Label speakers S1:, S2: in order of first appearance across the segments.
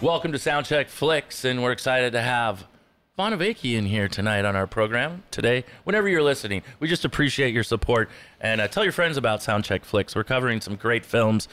S1: Welcome to Soundcheck Flicks, and we're excited to have Bonavicki in here tonight on our program today. Whenever you're listening, we just appreciate your support and uh, tell your friends about Soundcheck Flicks. We're covering some great films,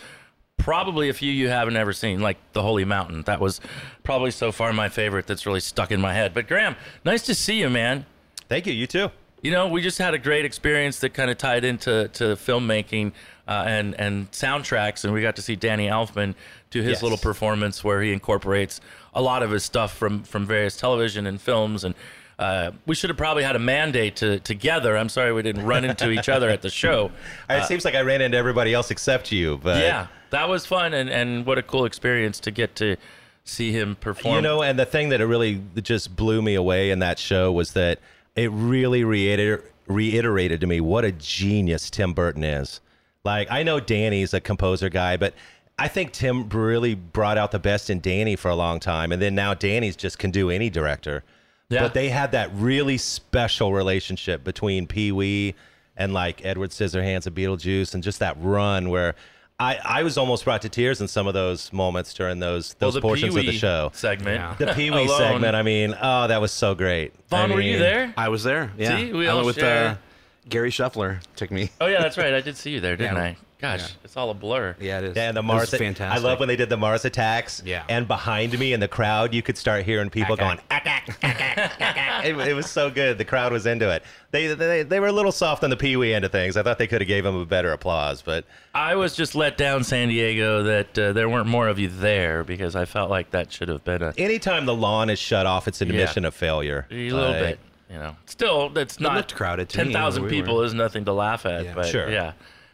S1: probably a few you haven't ever seen, like The Holy Mountain. That was probably so far my favorite that's really stuck in my head. But Graham, nice to see you, man.
S2: Thank you. You too.
S1: You know, we just had a great experience that kind of tied into to filmmaking uh, and and soundtracks, and we got to see Danny Elfman do his
S2: Yes.
S1: little performance where he incorporates a lot of his stuff from from various television and films and. Uh, we should have probably had a mandate to together. I'm sorry we didn't run into each other at the show.
S2: it seems like I ran into everybody else except you, but
S1: Yeah, that was fun, and, and what a cool experience to get to see him perform.
S2: you know, and the thing that it really just blew me away in that show was that it really reiter- reiterated to me what a genius Tim Burton is. Like I know Danny's a composer guy, but I think Tim really brought out the best in Danny for a long time, and then now Danny's just can do any director.
S1: Yeah.
S2: But they had that really special relationship between Pee Wee and like Edward Scissorhands and Beetlejuice, and just that run where I, I was almost brought to tears in some of those moments during those
S1: Well,
S2: those portions of the
S1: Pee-wee
S2: show.
S1: segment.
S3: Yeah.
S2: The Pee Wee
S1: Alone.
S2: segment. I mean, oh, that was so great.
S1: Vaughn,
S2: I mean,
S1: were you there?
S3: I was there. Yeah,
S1: See, we
S3: I
S1: all
S3: went with
S1: share.
S3: uh, Gary Shuffler. Took me.
S1: Oh yeah, that's right. I did see you there, didn't
S3: Yeah.
S1: I? Gosh,
S3: Yeah.
S1: it's all a blur.
S3: Yeah, it is.
S2: Yeah, and the
S3: It
S2: Mars.
S3: was fantastic.
S2: I love when they did the Mars attacks.
S3: Yeah.
S2: And behind me in the crowd, you could start hearing people
S3: Ack,
S2: going, ack, ack, ack, ack, ack, ack. It, it was so good. The crowd was into it. They they, they were a little soft on the Pee Wee end of things. I thought they could have gave him a better applause, but
S1: I was just let down, San Diego, that uh, there weren't more of you there because I felt like that should have been a,
S2: anytime the lawn is shut off, it's an
S1: Yeah.
S2: admission of failure.
S1: a little
S2: Like,
S1: bit. You know, still that's not
S3: looked crowded to me,
S1: Ten thousand
S3: where we
S1: people
S3: were.
S1: is nothing to laugh at,
S3: Yeah.
S1: but
S2: Sure.
S1: yeah,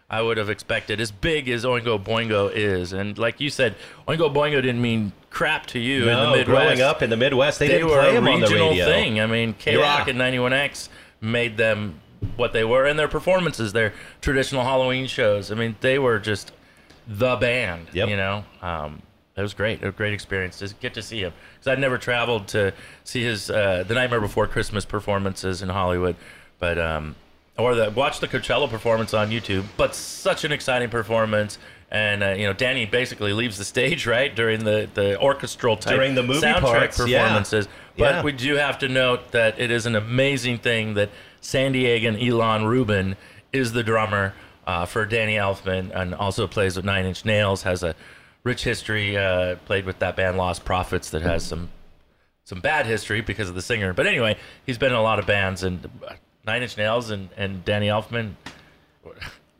S1: I would have expected as big as Oingo Boingo is, and like you said, Oingo Boingo didn't mean crap to you in
S2: No,
S1: the Midwest.
S2: oh, growing up in the Midwest, they,
S1: they
S2: didn't
S1: were
S2: play
S1: a
S2: him on the
S1: regional
S2: radio.
S1: thing. I mean, K Rock
S2: Yeah.
S1: and 91X made them what they were, and their performances, their traditional Halloween shows. I mean, they were just the band.
S2: Yep.
S1: You know, um, it was great. A great experience to get to see him because I'd never traveled to see his uh, the Nightmare Before Christmas performances in Hollywood, but um, or the watch the Coachella performance on YouTube. But such an exciting performance. And uh, you know, Danny basically leaves the stage right during the the orchestral type
S2: During the movie
S1: soundtrack
S2: parts, yeah.
S1: performances. But
S2: Yeah.
S1: we do have to note that it is an amazing thing that San Diegan Elon Rubin is the drummer uh, for Danny Elfman and also plays with Nine Inch Nails, has a rich history, uh, played with that band Lost Prophets that has some some bad history because of the singer. But anyway, he's been in a lot of bands and uh, Nine Inch Nails and, and Danny Elfman.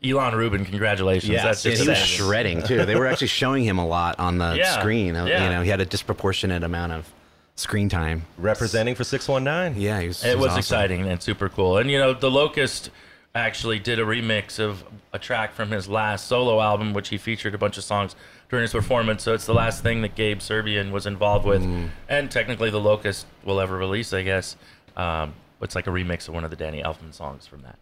S1: Elon Rubin, congratulations.
S2: Yes,
S1: That's just
S3: he was
S2: Exactly.
S3: shredding too. They were actually showing him a lot on the
S1: Yeah,
S3: screen. uh,
S1: yeah.
S3: You know, he had a disproportionate amount of screen time.
S2: Representing for 619.
S3: Yeah, he was. he
S1: It was
S3: awesome.
S1: exciting and super cool. And you know, The Locust actually did a remix of a track from his last solo album, which he featured a bunch of songs during his performance. So it's the last thing that Gabe Serbian was involved with,
S3: Mm.
S1: and technically The Locust will ever release, I guess. Um, it's like a remix of one of the Danny Elfman songs from that.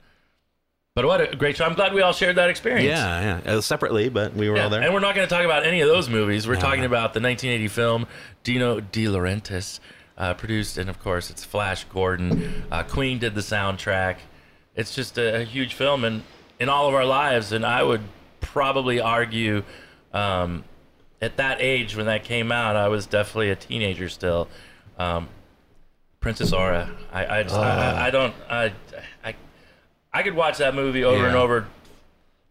S1: But what a great show! I'm glad we all shared that experience.
S3: Yeah, yeah. Uh, separately, but we were all
S1: Yeah,
S3: there.
S1: and we're not going to talk about any of those movies. We're talking about the 1980 film Dino De Laurentiis, uh, produced, and of course, it's Flash Gordon. Uh, Queen did the soundtrack. It's just a, a huge film in, in all of our lives, and I would probably argue um, at that age when that came out, I was definitely a teenager still. Um, Princess Aura. I I, just, I, I- I don't I, I I could watch that movie over
S3: Yeah.
S1: and over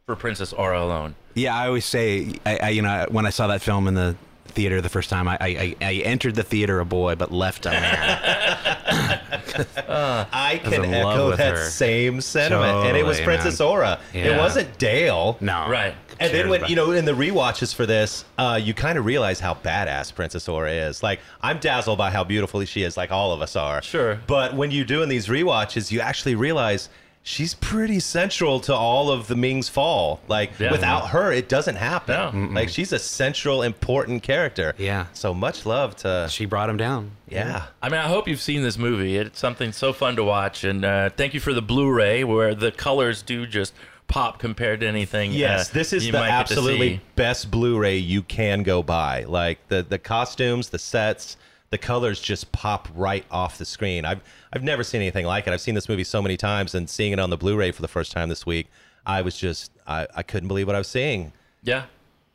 S1: for Princess Aura alone.
S3: Yeah, I always say, I, I you know, when I saw that film in the theater the first time, I, I, I I entered the theater a boy, but left a man.
S2: I can
S3: in love
S2: echo
S3: with
S2: that
S3: her.
S2: same sentiment. and it was
S3: Totally,
S2: Princess
S3: man.
S2: Aura. It
S3: Yeah.
S2: wasn't Dale.
S3: no,
S1: Right.
S2: And then
S3: Cares
S2: when
S3: about-
S2: you know in the rewatches for this, uh, you kind of realize how badass Princess Aura is. Like I'm dazzled by how beautiful she is, like all of us are.
S1: Sure.
S2: But when you're doing these rewatches, you actually realize she's pretty central to all of the Ming's fall. Like
S1: Yeah.
S2: without her, it doesn't happen.
S1: No. Mm-mm.
S2: Like she's a central, important character.
S3: Yeah.
S2: So much love to.
S3: she brought him down.
S2: Yeah.
S1: I mean, I hope you've seen this movie. It's something so fun to watch, and uh, thank you for the Blu-ray, where the colors do just pop compared to anything.
S2: Yes,
S1: uh,
S2: this is
S1: you
S2: the
S1: might get to
S2: absolutely
S1: see.
S2: best Blu-ray you can go buy. Like the the costumes, the sets, the colors just pop right off the screen. I've I've never seen anything like it. I've seen this movie so many times, and seeing it on the Blu-ray for the first time this week, I was just I, I couldn't believe what I was seeing.
S1: Yeah,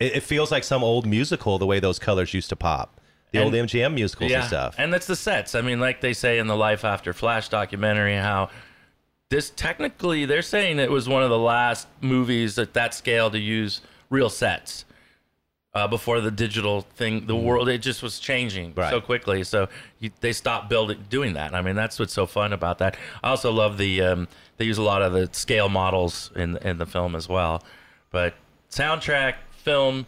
S2: It, it feels like some old musical the way those colors used to pop. the
S1: And-
S2: old MGM musicals and stuff.
S1: And that's the sets. I mean, like they say in the Life After Flash documentary, how this technically they're saying it was one of the last movies at that scale to use real sets uh, before the digital thing. The world it just was changing
S2: Mm. Right.
S1: so quickly, so you, they stopped building doing that. I mean, that's what's so fun about that. I also love the um, they use a lot of the scale models in in the film as well, but soundtrack film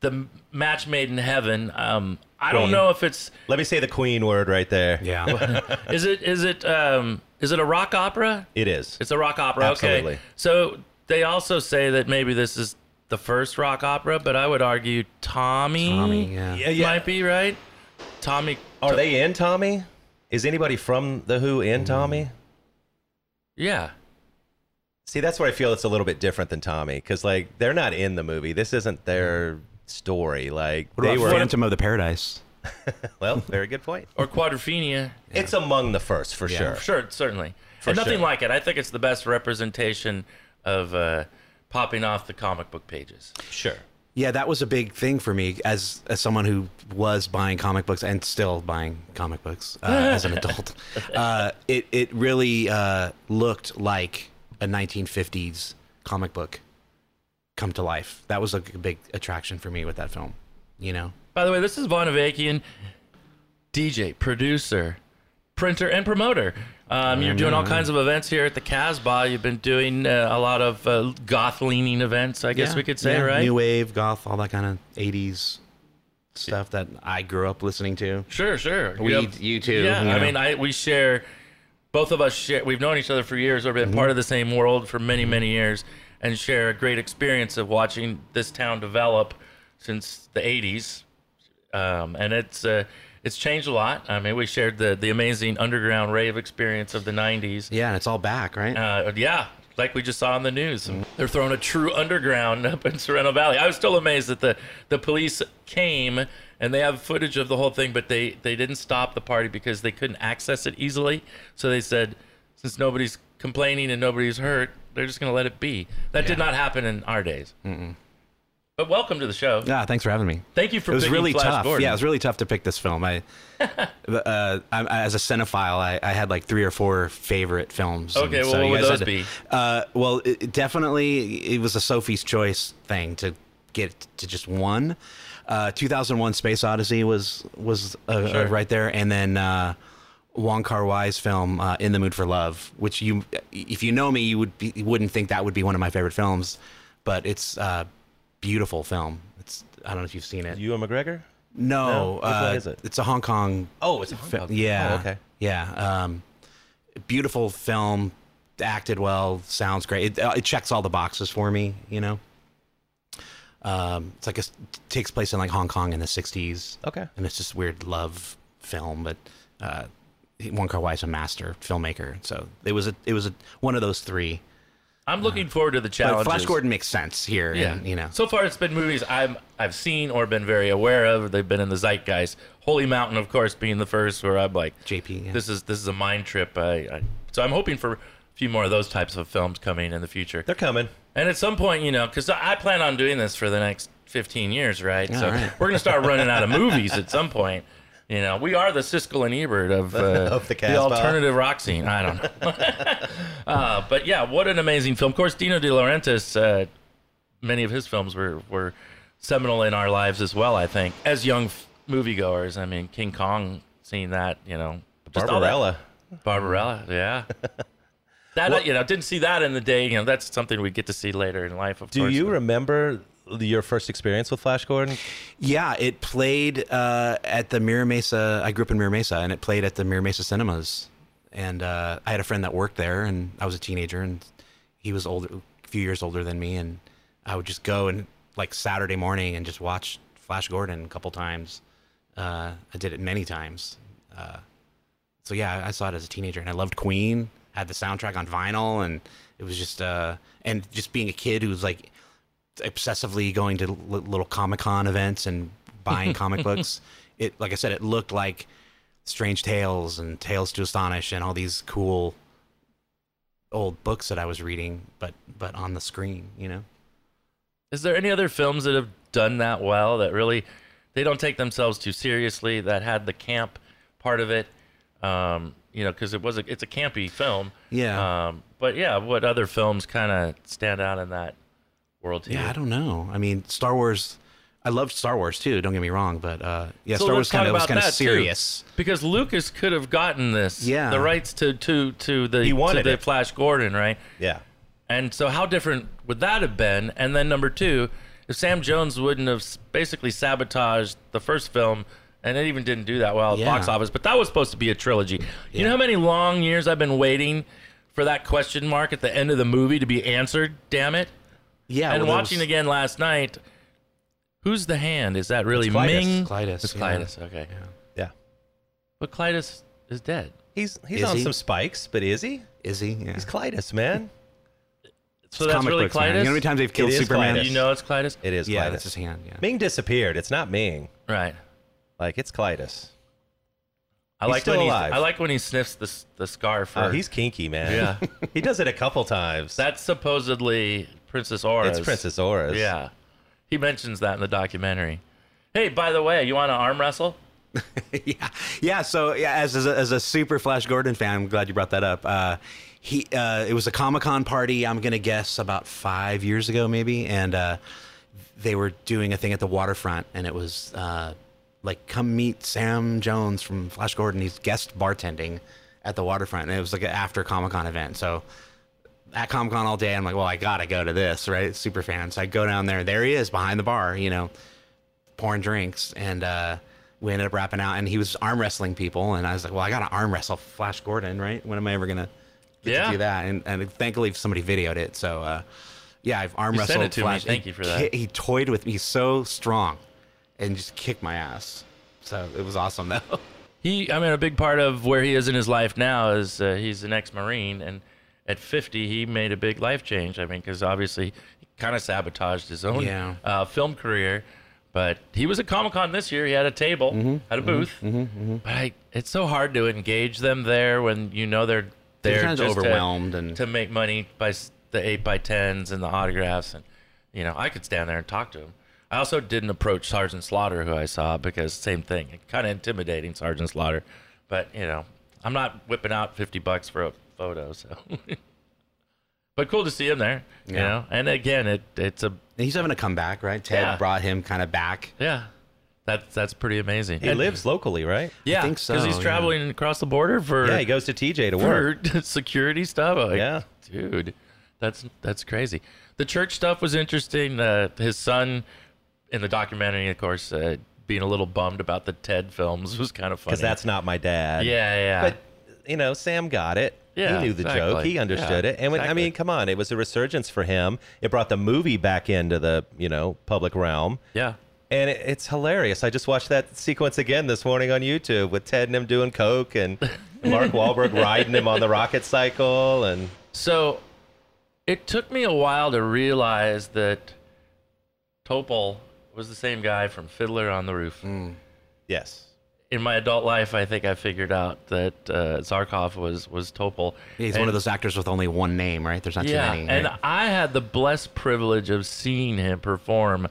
S1: the match made in heaven. Um, I don't
S2: Queen.
S1: know if it's
S2: Let me say the Queen word right there.
S3: Yeah.
S1: is it is it um, is it a rock opera?
S2: It is.
S1: It's a rock opera.
S2: Absolutely.
S1: Okay. So they also say that maybe this is the first rock opera, but I would argue Tommy,
S3: Tommy, yeah.
S2: Uh, Yeah, yeah.
S1: might be right. Tommy,
S2: Are they in Tommy? Is anybody from the Who in Tommy?
S1: yeah.
S2: See, that's where I feel it's a little bit different than Tommy because like they're not in the movie. This isn't their story. Like
S3: What
S2: they
S3: about
S2: were.
S3: Phantom of the Paradise?
S2: Well, very good point.
S1: Or Quadrophenia.
S2: It's among the first for sure.
S1: Sure, certainly. and nothing
S2: sure.
S1: like it. I think it's the best representation of uh, popping off the comic book pages.
S2: Sure.
S3: Yeah, that was a big thing for me as as someone who was buying comic books and still buying comic books uh, as an adult. Uh, it it really uh, looked like a 1950s comic book come to life. That was a big attraction for me with that film. You know,
S1: By the way, this is Vonavakian, DJ, producer, printer, and promoter. Um, you're doing all kinds of events here at the Casbah. You've been doing uh, a lot of uh, goth leaning events, I guess we could say,
S3: Yeah,
S1: right?
S3: New wave, goth, all that kind of 80s stuff that I grew up listening to.
S1: Sure, sure.
S3: We- you too,
S1: Yeah,
S3: you
S1: I
S3: know.
S1: mean, I we share. Both of us share. We've known each other for years. We've been part of the same world for many, many years, and share a great experience of watching this town develop since the '80s. Um, and it's uh, it's changed a lot. I mean, we shared the the amazing underground rave experience of the '90s.
S3: Yeah, and it's all back, right?
S1: Uh, yeah, like we just saw on the news, they're throwing a true underground up in Sereno Valley. I was still amazed that the the police came and they have footage of the whole thing, but they they didn't stop the party because they couldn't access it easily. So they said, since nobody's complaining and nobody's hurt, they're just gonna let it be. That did not happen in our days. But welcome to the show.
S3: yeah, thanks for having me.
S1: Thank you for
S3: it was
S1: picking
S3: really
S1: Flash
S3: tough.
S1: Gordon.
S3: Yeah, it was really tough to pick this film. I, uh, I'm, as a cinephile, I, I had like three or four favorite films. and
S1: Okay, well, what
S3: you
S1: would
S3: guys
S1: those
S3: had to-
S1: be?
S3: Uh, well, it, it definitely, it was a Sophie's Choice thing to get to just one. Uh, 2001: Space Odyssey was was uh, uh, right there, and then. Uh, Wong Kar Wai's film uh, "In the Mood for Love," which you, if you know me, you would be, you wouldn't think that would be one of my favorite films, but it's a beautiful film. It's I don't know if you've seen it.
S2: You and McGregor? No?
S3: No,
S2: Which
S3: uh,
S2: one is it?
S3: It's a Hong Kong.
S2: Oh, it's a Hong
S3: fi-
S2: Kong.
S3: Yeah.
S2: Oh, okay.
S3: Yeah. Um, beautiful film, acted well, sounds great. It, uh, it checks all the boxes for me. You know. Um, it's like a s takes place in like Hong Kong in the '60s.
S2: Okay.
S3: And it's this weird love film, but uh, Wong Kar Wai is a master filmmaker, so it was a it was a one of those three.
S1: I'm looking forward to the
S3: But
S2: Oh,
S1: challenge.
S3: Flash Gordon makes sense here. Yeah. And, you know.
S1: So far, it's been movies I'm I've seen or been very aware of. They've been in the zeitgeist. Holy Mountain, of course, being the first where I'm like,
S3: JP, yeah.
S1: this is this is a mind trip. I, I so I'm hoping for a few more of those types of films coming in the future.
S2: They're coming.
S1: And at some point, you know, because I plan on doing this for the next 15 years, right? so
S3: right.
S1: we're gonna start running out of movies at some point. You know, we are the Siskel and Ebert of, uh,
S2: Of the Casbah.
S1: alternative rock scene. I don't know. Uh, but yeah, what an amazing film. Of course, Dino De Laurentiis, uh, many of his films were, were seminal in our lives as well, I think. As young f- moviegoers, I mean, King Kong, seeing that, you know. just all that-
S2: Barbarella.
S1: Barbarella, yeah. That uh, you know, didn't see that in the day. You know, that's something we get to see later in life. Of
S2: Do
S1: course.
S2: you remember your first experience with Flash Gordon?
S3: Yeah, it played uh, at the Mira Mesa. I grew up in Mira Mesa, and it played at the Mira Mesa cinemas. And uh, I had a friend that worked there, and I was a teenager, and he was older, a few years older than me, and I would just go and like Saturday morning and just watch Flash Gordon a couple times. Uh, I did it many times. Uh, so yeah, I- I saw it as a teenager, and I loved Queen. Had the soundtrack on vinyl, and it was just uh, and just being a kid who was like obsessively going to l- little Comic Con events and buying comic books. It, like I said, it looked like Strange Tales and Tales to Astonish and all these cool old books that I was reading, but but on the screen, you know.
S1: Is there any other films that have done that well that really they don't take themselves too seriously. That had the camp part of it, um, you know, because it was a, it's a campy film.
S3: Yeah.
S1: Um, but yeah, what other films kind of stand out in that world? To
S3: Yeah,
S1: you?
S3: I don't know. I mean, Star Wars. I loved Star Wars too. Don't get me wrong, but uh, yeah,
S1: So
S3: Star Wars
S1: let's talk
S3: kind of was
S1: about
S3: kind
S1: that,
S3: of
S1: too,
S3: serious.
S1: because Lucas could have gotten this.
S3: Yeah.
S1: the rights to to to the
S2: He wanted
S1: to the
S2: it.
S1: Flash Gordon, right?
S2: Yeah.
S1: And so, how different would that have been? And then number two, if Sam Jones wouldn't have s- basically sabotaged the first film, and it even didn't do that well at
S3: Yeah.
S1: box office, but that was supposed to be a trilogy. You know how many long years I've been waiting for that question mark at the end of the movie to be answered? Damn it!
S3: Yeah,
S1: and
S3: well, there
S1: watching
S3: was-
S1: again last night, who's the hand? Is that really
S2: It's Clytus.
S1: Ming?
S3: Clytus,
S1: It's
S3: yeah.
S1: Clytus. Okay,
S2: Yeah.
S1: but Clytus is dead.
S2: He's he's
S3: Is
S2: on
S3: he?
S2: some spikes, but is he?
S3: Is he? Yeah.
S2: He's Clytus, man.
S1: So that's
S3: Comic
S1: really
S3: books,
S1: Clytus.
S3: man. You know how many times they've killed
S2: is
S3: Superman?
S2: Clytus.
S1: You know it's Clytus,
S2: It is
S3: Yeah,
S2: Clytus.
S3: that's his hand. Yeah.
S2: Ming disappeared. It's not Ming.
S1: right?
S2: Like it's Clytus.
S1: I
S2: He's
S1: like
S2: still
S1: when
S2: alive.
S1: He, I like when he sniffs the s- the scar for.
S2: Oh, he's kinky, man.
S1: Yeah.
S2: he does it a couple times.
S1: that's supposedly Princess Aura's.
S2: it's Princess Aura's.
S1: Yeah, he mentions that in the documentary. Hey, by the way, you want to arm wrestle?
S3: yeah, yeah. So yeah, as as a, as a super Flash Gordon fan, I'm glad you brought that up. Uh, he uh, it was a Comic Con party. I'm gonna guess about five years ago, maybe, and uh, they were doing a thing at the waterfront, and it was uh, like, come meet Sam Jones from Flash Gordon. He's guest bartending at the waterfront, and it was like an after Comic Con event. So at Comic Con all day, I'm like, well, I gotta go to this, right? Super fan. So I go down there. There he is behind the bar, you know pouring drinks and uh, we ended up wrapping out and he was arm wrestling people and i was like well i gotta arm wrestle flash gordon right when am i ever gonna get
S1: Yeah.
S3: to do that and, and thankfully somebody videoed it so uh, yeah i've arm
S1: You sent
S3: wrestled
S1: it to me.
S3: flash
S1: Thank
S3: He
S1: you for that.
S3: ki- he toyed with me He's so strong and just kicked my ass so it was awesome though
S1: He, I mean, a big part of where he is in his life now is uh, he's an ex-marine, and at 50, he made a big life change. I mean, because obviously he kind of sabotaged his own
S3: Yeah.
S1: uh, film career, but he was at Comic Con this year. He had a table,
S2: Mm-hmm.
S1: had a booth, but I, it's so hard to engage them there when you know they're
S3: They're
S1: there
S3: kinda
S1: just to-
S3: overwhelmed and-
S1: to make money by s- the eight by tens and the autographs, and you know, I could stand there and talk to him. I also didn't approach Sergeant Slaughter, who I saw, because same thing, kind of intimidating Sergeant Slaughter. But you know, I'm not whipping out fifty bucks for a photo, so. but cool to see him there, you
S3: Yeah.
S1: know. And again, it it's a
S3: and he's having a comeback right ted
S1: Yeah.
S3: brought him kind of back
S1: yeah, that's that's pretty amazing.
S2: He
S1: And-
S2: lives locally, right?
S1: yeah,
S3: think so,
S1: he's
S3: yeah.
S1: traveling across the border for
S2: Yeah, he goes to TJ to work.
S1: for security stuff. I'm like,
S2: Yeah.
S1: dude, that's that's crazy. The church stuff was interesting. Uh, his son in the documentary, of course, uh, being a little bummed about the Ted films was kind of funny.
S2: Because that's not my
S1: yeah,
S2: dad.
S1: yeah,
S2: But you know, Sam got it.
S1: Yeah,
S2: he knew the joke.
S1: exactly.
S2: He understood
S1: Yeah,
S2: it. And when,
S1: exactly.
S2: I mean, come on, it was a resurgence for him. It brought the movie back into the you know public realm,
S1: yeah.
S2: and it, it's hilarious. I just watched that sequence again this morning on YouTube with Ted and him doing coke and Mark Wahlberg riding him on the rocket cycle, and
S1: So it took me a while to realize that Topol was the same guy from Fiddler on the Roof.
S2: Mm. yes,
S1: In my adult life, I think I figured out that uh, Zarkov was was Topol.
S3: he's
S1: And-
S3: one of those actors with only one name right there's not
S1: Yeah,
S3: too many
S1: and uh,
S3: right?
S1: I had the blessed privilege of seeing him perform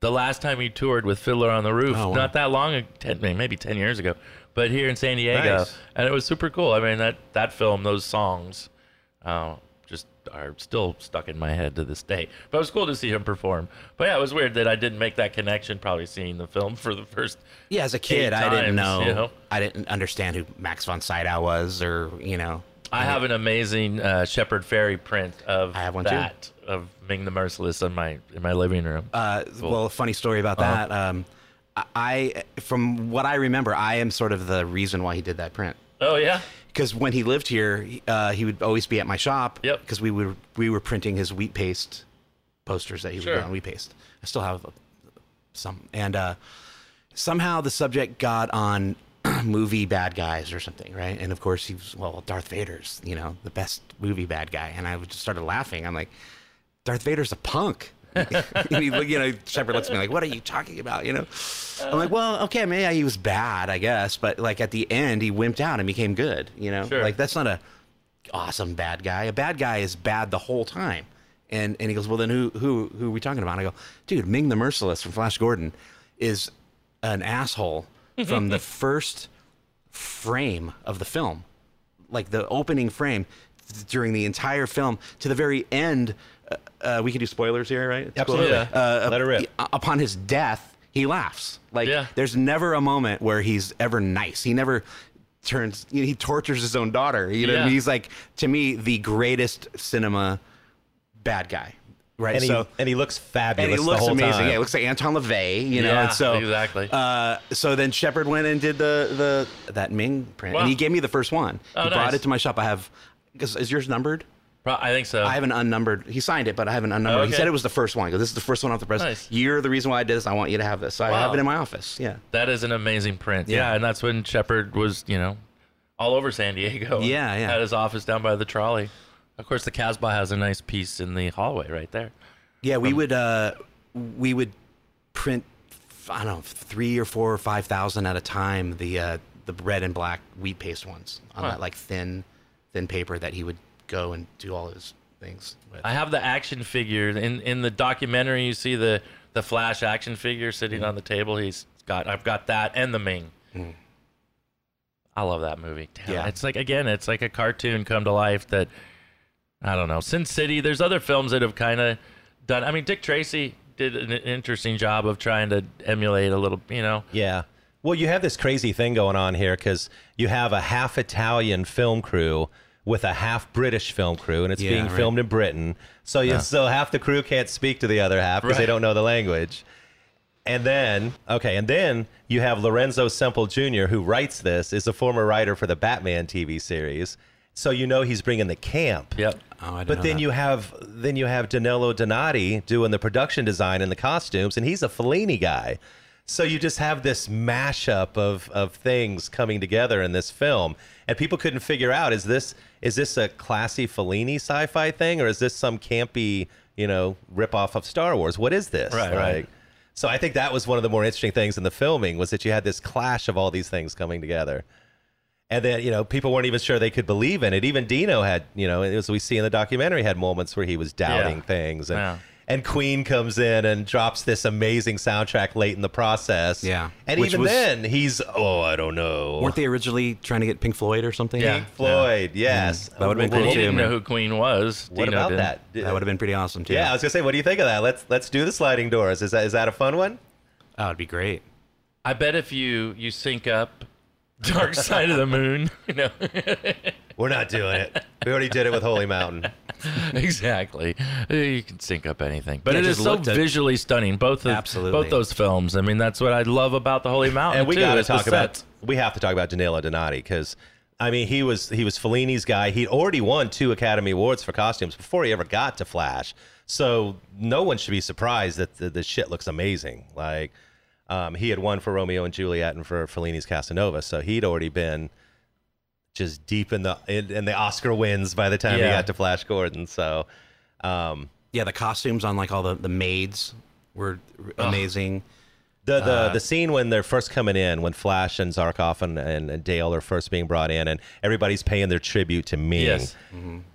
S1: the last time he toured with Fiddler on the Roof,
S3: Oh, wow.
S1: not that long, ag- ten, maybe ten years ago, but here in San Diego,
S2: Nice.
S1: and it was super cool. I mean that that film, those songs, uh, just are still stuck in my head to this day. But it was cool to see him perform. But yeah, it was weird that I didn't make that connection. Probably seeing the film for the first.
S3: Yeah, as a
S1: eight
S3: kid, I
S1: times,
S3: didn't know,
S1: you know?
S3: I didn't understand who Max von Sydow was, or you know,
S1: I have an amazing uh, Shepherd Fairy print of
S3: I have one too.
S1: that of Ming the Merciless in my in my living room.
S3: Uh, Well, funny story about
S1: Uh-huh.
S3: that. Um, I- I, from what I remember, I am sort of the reason why he did that print.
S1: oh yeah.
S3: Because when he lived here, uh, he would always be at my shop.
S1: Yep.
S3: Because we were we were printing his wheat paste posters that he
S1: Sure.
S3: would do on wheat paste. I still have uh, some, and uh, somehow the subject got on movie bad guys or something, right? And of course he was well, Darth Vader's, you know, the best movie bad guy, and I just started laughing. I'm like, Darth Vader's a punk. and he, you know, Shepard looks at me like, "What are you talking about?" You know, I'm like, "Well, okay, maybe he was bad, I guess, but like at the end, he wimped out and became good." You know,
S1: Sure.
S3: like that's not a awesome bad guy. A bad guy is bad the whole time. And and he goes, "Well, then who who who are we talking about?" And I go, "Dude, Ming the Merciless from Flash Gordon is an asshole from the first frame of the film, like the opening frame th- during the entire film to the very end. Uh, uh, we can do spoilers here, right? It's
S2: Absolutely.
S3: spoiler- Uh,
S2: Let it rip.
S3: u- Upon his death, he laughs. Like
S1: Yeah.
S3: there's never a moment where he's ever nice. He never turns. you know, he tortures his own daughter. You know, what I
S1: Yeah.
S3: mean? he's like to me the greatest cinema bad guy. Right.
S2: And he,
S3: so
S2: and he looks fabulous.
S3: and he looks
S2: the whole
S3: amazing.
S2: Time.
S3: Yeah, it looks like Anton LaVey, you know.
S1: Yeah,
S3: and so
S1: exactly.
S3: Uh, so then Shepard went and did the the that Ming print,
S1: Wow.
S3: and he gave me the first one.
S1: Oh,
S3: he brought
S1: nice.
S3: it to my shop. I have because is yours numbered?
S1: Pro- I think so.
S3: I have an unnumbered. He signed it, but I have an unnumbered. He
S1: Okay.
S3: said it was the first one because this is the first one off the press.
S1: Nice.
S3: You're the reason why I did this. I want you to have this, so I have
S1: Wow.
S3: it in my office. Yeah.
S1: that is an amazing print. Yeah.
S3: Yeah.
S1: and that's when Shepard was, you know, all over San Diego.
S3: Yeah, yeah.
S1: Had his office down by the trolley. Of course, the Casbah has a nice piece in the hallway right there.
S3: Yeah, we would uh, we would print I don't know three or four or five thousand at a time the uh, the red and black wheat paste ones on
S1: Huh.
S3: that like thin thin paper that he would go and do all his things with.
S1: I have the action figure in in the documentary. You see the the Flash action figure sitting
S2: Mm.
S1: on the table. He's got I've got that and the Ming. I love that movie. Damn,
S3: Yeah.
S1: it's like again, it's like a cartoon come to life. That I don't know. Sin City. There's other films that have kind of done. I mean, Dick Tracy did an interesting job of trying to emulate a little. You know,
S2: Yeah. Well, you have this crazy thing going on here because you have a half Italian film crew with a half British film crew, and it's
S3: Yeah,
S2: being
S3: right.
S2: filmed in Britain. So you so half the crew can't speak to the other half because they
S1: Right.
S2: don't know the language. And then, okay, and then you have Lorenzo Semple Jr., who writes this, is a former writer for the Batman TV series. So you know he's bringing the camp.
S1: yep.
S3: Oh, I didn't
S2: But
S3: know
S2: then
S3: that.
S2: you have then you have Danilo Donati doing the production design and the costumes, and he's a Fellini guy. So you just have this mashup of of things coming together in this film, and people couldn't figure out is this is this a classy Fellini sci-fi thing or is this some campy you know ripoff of Star Wars? What is this?
S1: Right, right.
S2: So I think that was one of the more interesting things in the filming was that you had this clash of all these things coming together. And then, you know, people weren't even sure they could believe in it. Even Dino had, you know, as we see in the documentary, had moments where he was doubting
S1: Yeah.
S2: things. And,
S1: Yeah.
S2: and Queen comes in and drops this amazing soundtrack late in the process.
S3: Yeah.
S2: And
S3: Which
S2: even
S3: was-
S2: then, he's, oh, I don't know.
S3: Weren't they originally trying to get Pink Floyd or something?
S1: Yeah.
S2: Pink Floyd, yes.
S3: Mm. That would've been
S1: And
S3: cool
S1: he
S3: too,
S1: didn't know
S3: man.
S1: who Queen was.
S2: What
S1: Dino
S2: about
S1: didn't.
S2: that?
S3: That would have been pretty awesome too.
S2: yeah, I was gonna say, what do you think of that? Let's let's do the sliding doors. Is that is that a fun one?
S3: oh, it'd be great.
S1: I bet if you you sync up Dark Side of the Moon, you know.
S2: We're not doing it. We already did it with Holy Mountain.
S1: exactly. Uh, You can sync up anything, but
S3: Yeah,
S1: it
S3: I
S1: is
S3: just
S1: so
S3: looked at-
S1: visually stunning. Both of,
S3: Absolutely.
S1: both those films. I mean, that's what I love about the Holy Mountain.
S2: and we
S1: too,
S2: got to
S1: is the
S2: talk about
S1: sets.
S2: we have to talk about Danilo Donati because I mean he was he was Fellini's guy. He'd already won two Academy Awards for costumes before he ever got to Flash, so no one should be surprised that the, the shit looks amazing. Like um, he had won for Romeo and Juliet and for Fellini's Casanova, so he'd already been just deep in the in, in the Oscar wins by the time he
S1: Yeah.
S2: got to Flash Gordon. So um,
S3: Yeah, the costumes on like all the the maids were r- amazing.
S2: The the, the scene when they're first coming in, when Flash and Zarkov and, and, and Dale are first being brought in, and everybody's paying their tribute to Ming.
S1: Yes.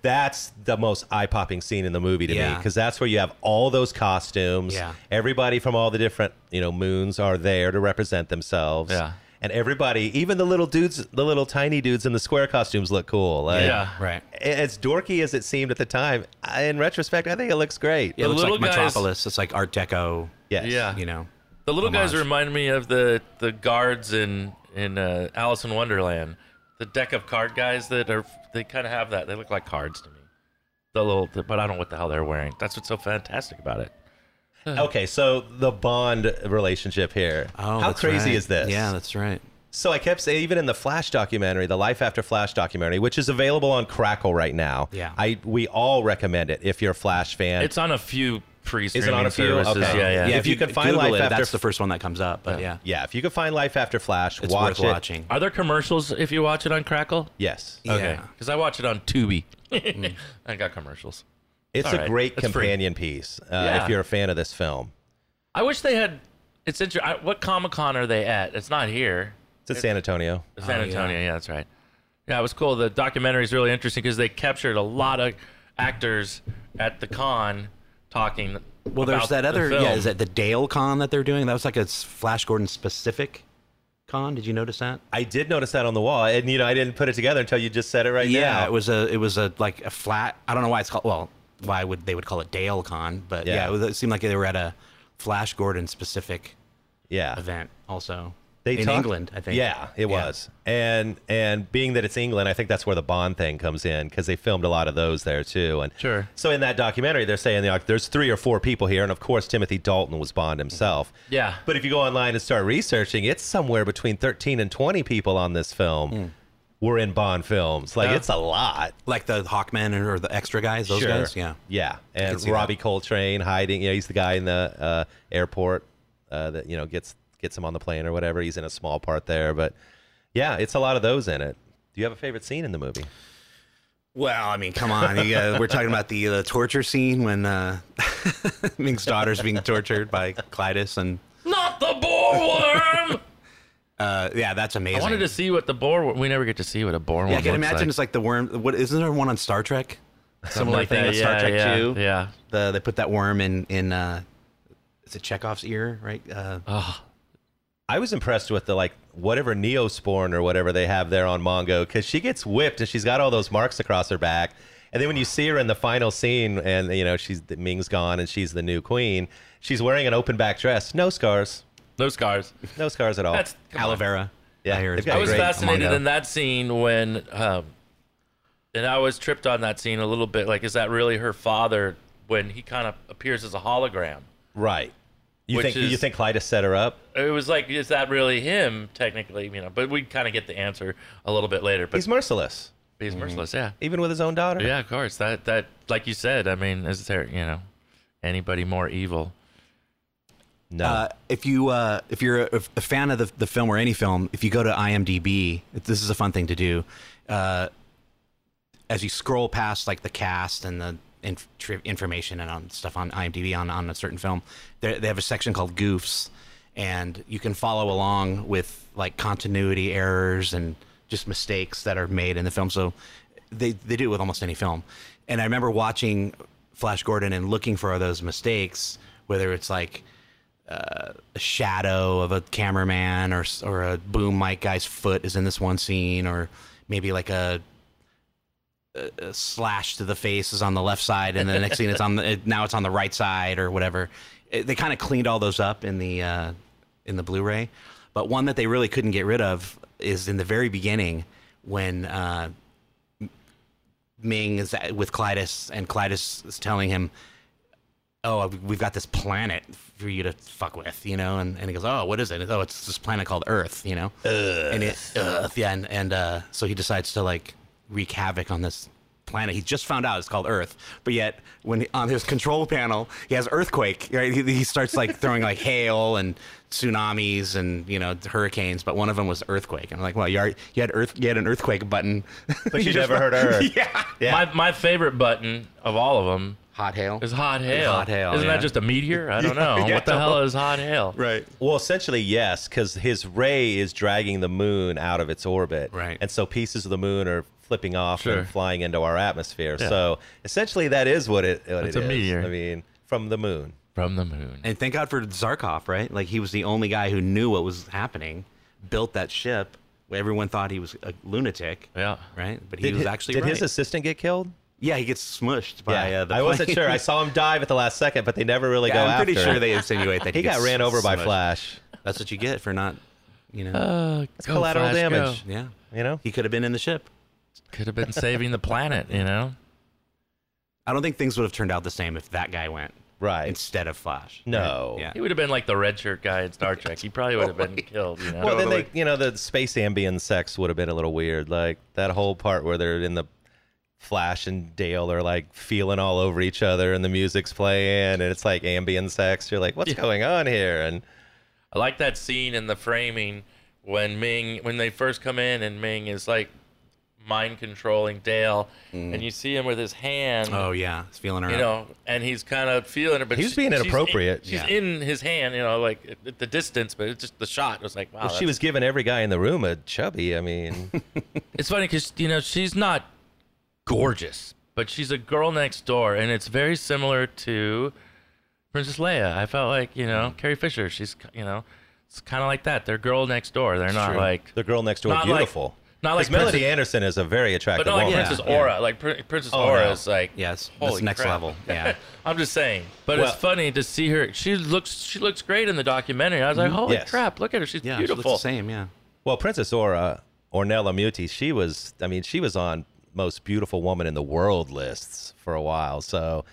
S2: That's the most eye popping scene in the movie to me
S3: Yeah.
S2: because that's where you have all those costumes.
S3: Yeah.
S2: Everybody from all the different you know moons are there to represent themselves.
S1: Yeah.
S2: And everybody, even the little dudes, the little tiny dudes in the square costumes look cool. Like,
S1: Yeah.
S3: Right.
S2: As dorky as it seemed at the time, I- in retrospect, I think it looks great.
S3: Yeah,
S1: The
S3: it looks like
S1: little guys-
S3: Metropolis. It's like Art Deco.
S2: Yes.
S1: Yeah.
S3: You know.
S1: The little guys
S3: homage.
S1: remind me of the the guards in in uh, Alice in Wonderland. The deck of card guys that are they kind of have that. They look like cards to me. The little, but I don't know what the hell they're wearing. That's what's so fantastic about it.
S2: Okay, so the Bond relationship here.
S3: Uh-huh. Oh,
S2: How
S3: that's
S2: crazy
S3: right.
S2: is this?
S3: Yeah, that's right.
S2: So I kept saying, even in the Flash documentary, the Life After Flash documentary, which is available on Crackle right now.
S3: Yeah.
S2: I we all recommend it if you're a Flash fan.
S1: It's on a few pre
S2: it on
S1: streaming
S2: a few?
S1: services.
S2: Okay.
S1: Yeah, yeah.
S2: If you can find
S3: Google
S2: Life
S3: it,
S2: After-
S3: that's the first one that comes up. But yeah,
S2: yeah, if you can find Life After Flash,
S3: it's
S2: watch
S3: worth
S2: it.
S3: watching.
S1: Are there commercials if you watch it on Crackle?
S2: Yes.
S3: Yeah.
S1: Because I watch it on Tubi. Mm. I got commercials.
S2: It's
S1: All
S2: a
S1: right.
S2: great
S1: It's free.
S2: companion piece uh,
S1: Yeah.
S2: if you're a fan of this film.
S1: I wish they had. It's interesting. What Comic Con are they at? It's not here.
S2: It's in San Antonio.
S1: It's San
S3: Oh, yeah.
S1: Antonio. Yeah. that's right. Yeah, it was cool. The documentary is really interesting because they captured a lot of actors at the con talking
S3: Well, there's
S1: about
S3: that
S1: the
S3: other.
S1: film.
S3: Yeah, is that the Dale Con that they're doing? That was like a s- Flash Gordon specific con. Did you notice that?
S2: I did notice that on the wall, and you know I didn't put it together until you just said it right
S3: yeah,
S2: now.
S3: it was a it was a like a flat. I don't know why it's called. Well, why would they would call it Dale Con? But yeah,
S2: Yeah.
S3: it, was, it seemed like they were at a Flash Gordon specific
S2: yeah.
S3: event also.
S2: They
S3: in
S2: talk-
S3: England, I think.
S2: Yeah, it was. And and being that it's England, I think that's where the Bond thing comes in because they filmed a lot of those there too. And
S1: Sure.
S2: So in that documentary, they're saying like, there's three or four people here, and of course Timothy Dalton was Bond himself.
S1: Yeah.
S2: But if you go online and start researching, it's somewhere between 13 and 20 people on this film were in Bond films. Like
S1: Yeah.
S2: it's a lot.
S3: Like the Hawkman or or the extra guys, those guys. Yeah.
S2: Yeah.
S3: could
S2: And
S3: see
S2: Robbie Coltrane hiding. You know, he's the guy in the uh, airport uh, that you know gets gets him on the plane or whatever. He's in a small part there, but yeah, it's a lot of those in it. Do you have a favorite scene in the movie?
S3: Well, I mean, come on. You got, we're talking about the uh, torture scene when uh, Ming's daughter's being tortured by Clytus, and
S1: Not the boarworm.
S3: uh, yeah, that's amazing.
S1: I wanted to see what the boarworm. We never get to see what a boarworm.
S3: Yeah, I can
S1: looks
S3: imagine
S1: like.
S3: it's like the worm. What isn't there one on Star Trek?
S1: something
S3: Similar
S1: like
S3: thing
S1: that.
S3: on Star
S1: yeah,
S3: Trek
S1: yeah,
S3: 2.
S1: yeah.
S3: The they put that worm in in uh, is it Chekhov's ear, right? Uh,
S1: Oh,
S2: I was impressed with the like whatever neosporin or whatever they have there on Mongo because she gets whipped and she's got all those marks across her back. And then when you see her in the final scene and you know she's Ming's gone and she's the new queen, she's wearing an open back dress, no scars,
S1: no scars.
S2: no scars at all.
S1: That's come
S3: aloe
S1: on.
S3: vera.
S2: Yeah,
S3: I hear it's
S2: they've got
S1: I was
S2: great
S1: fascinated
S3: Mongo.
S1: in that scene when, um, and I was tripped on that scene a little bit. Like, is that really her father when he kind of appears as a hologram?
S2: Right. You
S1: Which
S2: think
S1: is-
S2: you think Clytus set her up?
S1: It was like, is that really him? Technically, you know, but we kind of get the answer a little bit later. But
S2: He's
S1: he's,
S2: merciless,
S3: Mm-hmm.
S1: merciless, yeah,
S2: even with his own daughter.
S1: yeah, of course. That that, like you said, I mean, is there you know anybody more evil?
S2: No.
S3: Uh, if you uh, if you're a, a fan of the, the film or any film, if you go to IMDb, it- this is a fun thing to do. Uh, as you scroll past like the cast and the inf- tri- information and on stuff on IMDb on, on a certain film, they they have a section called goofs, and you can follow along with like continuity errors and just mistakes that are made in the film. So they they do it with almost any film. And I remember watching Flash Gordon and looking for those mistakes, whether it's like a shadow of a cameraman or or a boom mic guy's foot is in this one scene or maybe like a, a, a slash to the face is on the left side and then the next scene it's on the it, now it's on the right side or whatever it, they kind of cleaned all those up in the uh, in the blu-ray but one that they really couldn't get rid of is in the very beginning when uh, Ming is at- with Clytus and Clytus is telling him oh, we've got this planet for you to fuck with, you know? And, and he goes, oh, what is it? Oh, it's this planet called Earth, you know? Earth. And it, Earth, yeah. And, and uh, so he decides to like wreak havoc on this planet. He just found out it's called Earth, but yet when on his control panel, he has earthquake, right? He, he starts like throwing like hail and tsunamis and, you know, hurricanes, but one of them was earthquake. And I'm like, well, you, already, you had earth, you had an earthquake button,
S2: but you,
S3: just-
S2: never heard her.
S3: yeah.
S2: Yeah.
S1: My my favorite button of all of them
S3: Hot hail.
S1: is hot hail.
S3: Hot hail,
S1: Isn't
S3: yeah.
S1: that just a meteor? I don't know.
S2: Yeah.
S1: what the hell is hot hail?
S3: Right.
S2: Well, essentially, yes, because his ray is dragging the moon out of its orbit.
S3: Right.
S2: And so pieces of the moon are flipping off
S1: Sure.
S2: and flying into our atmosphere. So essentially, that is what it, what
S1: It's
S2: it
S1: a
S2: is.
S1: meteor.
S2: I mean, from the moon.
S1: From the moon.
S3: And thank God for Zarkov, right? Like he was the only guy who knew what was happening, built that ship. Everyone thought he was a lunatic,
S1: Yeah.
S3: right? But he was
S2: hi-
S3: actually
S2: did
S3: right.
S2: his assistant get killed?
S3: yeah, he gets smushed by uh, the
S2: I wasn't
S3: plane.
S2: sure. I saw him dive at the last second, but they never really
S3: Yeah,
S2: go
S3: I'm
S2: after.
S3: pretty sure
S2: him.
S3: they insinuate that
S2: He got
S3: gets
S2: ran over by
S3: smushed.
S2: Flash.
S3: That's what you get for not, you know,
S1: Uh, go,
S2: collateral
S1: Flash, go.
S2: damage.
S3: yeah.
S2: You know.
S3: He could have been in the ship.
S1: Could have been saving the planet, you know?
S3: I don't think things would have turned out the same if that guy went
S2: Right.
S3: instead of Flash.
S2: No.
S3: Yeah.
S1: He would have been like the red shirt guy in Star Trek. He probably would have been killed, you know?
S2: Well, then they, you know, the space ambient sex would have been a little weird. Like that whole part where they're in the Flash and Dale are like feeling all over each other, and the music's playing, and it's like ambient sex. You're like, what's going on here? And
S1: I like that scene in the framing when Ming, when they first come in and Ming is like mind controlling Dale,
S2: Mm.
S1: and you see him with his hand.
S3: Oh yeah, he's feeling her.
S1: You
S3: up.
S1: know, and he's kind of feeling it, but
S2: He was
S1: she-
S2: being
S1: she's
S2: inappropriate.
S1: In, she's
S3: Yeah.
S1: in his hand, you know, like at- at the distance, but it's just the shot was like, wow.
S2: well, she
S1: that's-
S2: was giving every guy in the room a chubby. I mean,
S1: It's funny because you know she's not gorgeous, but she's a girl next door, and it's very similar to Princess Leia. I felt like you know Carrie Fisher. She's you know it's kind of like that. They're girl next door. They're not
S3: true.
S1: like
S2: The girl next door,
S1: Not like-
S2: beautiful.
S1: not like
S2: Because Melody
S1: Princess-
S2: Anderson is a very attractive
S1: but not like
S2: woman.
S1: Princess
S3: yeah.
S1: Aura. Like Prin- Princess
S2: Oh,
S1: Aura
S2: no.
S1: is like
S3: Yeah, it's-
S1: holy
S3: it's next
S1: crap.
S3: level. Yeah.
S1: I'm just saying, but
S2: Well-
S1: it's funny to see her. She looks she looks great in the documentary. I was like, holy
S2: Yes.
S1: crap, look at her. She's
S3: Yeah, she
S1: beautiful.
S3: looks the same. Yeah.
S2: Well, Princess Aura, Ornella Muti, she was, I mean, she was on most beautiful woman in the world lists for a while. So,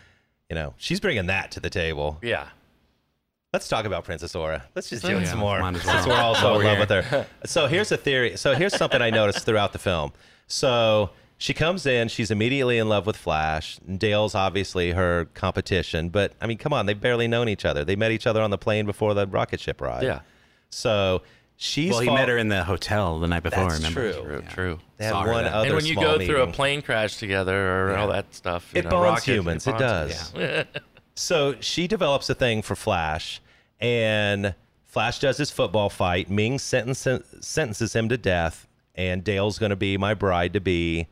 S2: you know, she's bringing that to the table.
S1: Yeah.
S2: Let's talk about Princess Aura. Let's just do
S1: Yeah,
S2: it some more.
S3: might as
S2: Since we're
S3: well.
S2: all so in
S3: Over
S2: love with her. So here's a theory. So here's something I noticed throughout the film. So she comes in, she's immediately in love with Flash. Dale's obviously her competition, but I mean, come on, they've barely known each other. They met each other on the plane before the rocket ship ride.
S1: Yeah.
S2: So she's
S3: Well, he
S2: fall-
S3: met her in the hotel the night before.
S2: That's
S3: remember?
S2: true.
S1: True.
S3: Yeah.
S1: True.
S2: They had
S3: Saw her
S2: one
S3: then.
S2: other
S1: and when you
S2: small
S1: go through a
S2: meeting.
S1: plane crash together or all that stuff, you
S2: It
S1: know,
S2: bonds
S1: rockets,
S2: humans, it
S1: bonds-
S2: does.
S1: Yeah.
S2: So she develops a thing for Flash, and Flash does his football fight. Ming sentences, sentences him to death, and Dale's going to be my bride to be.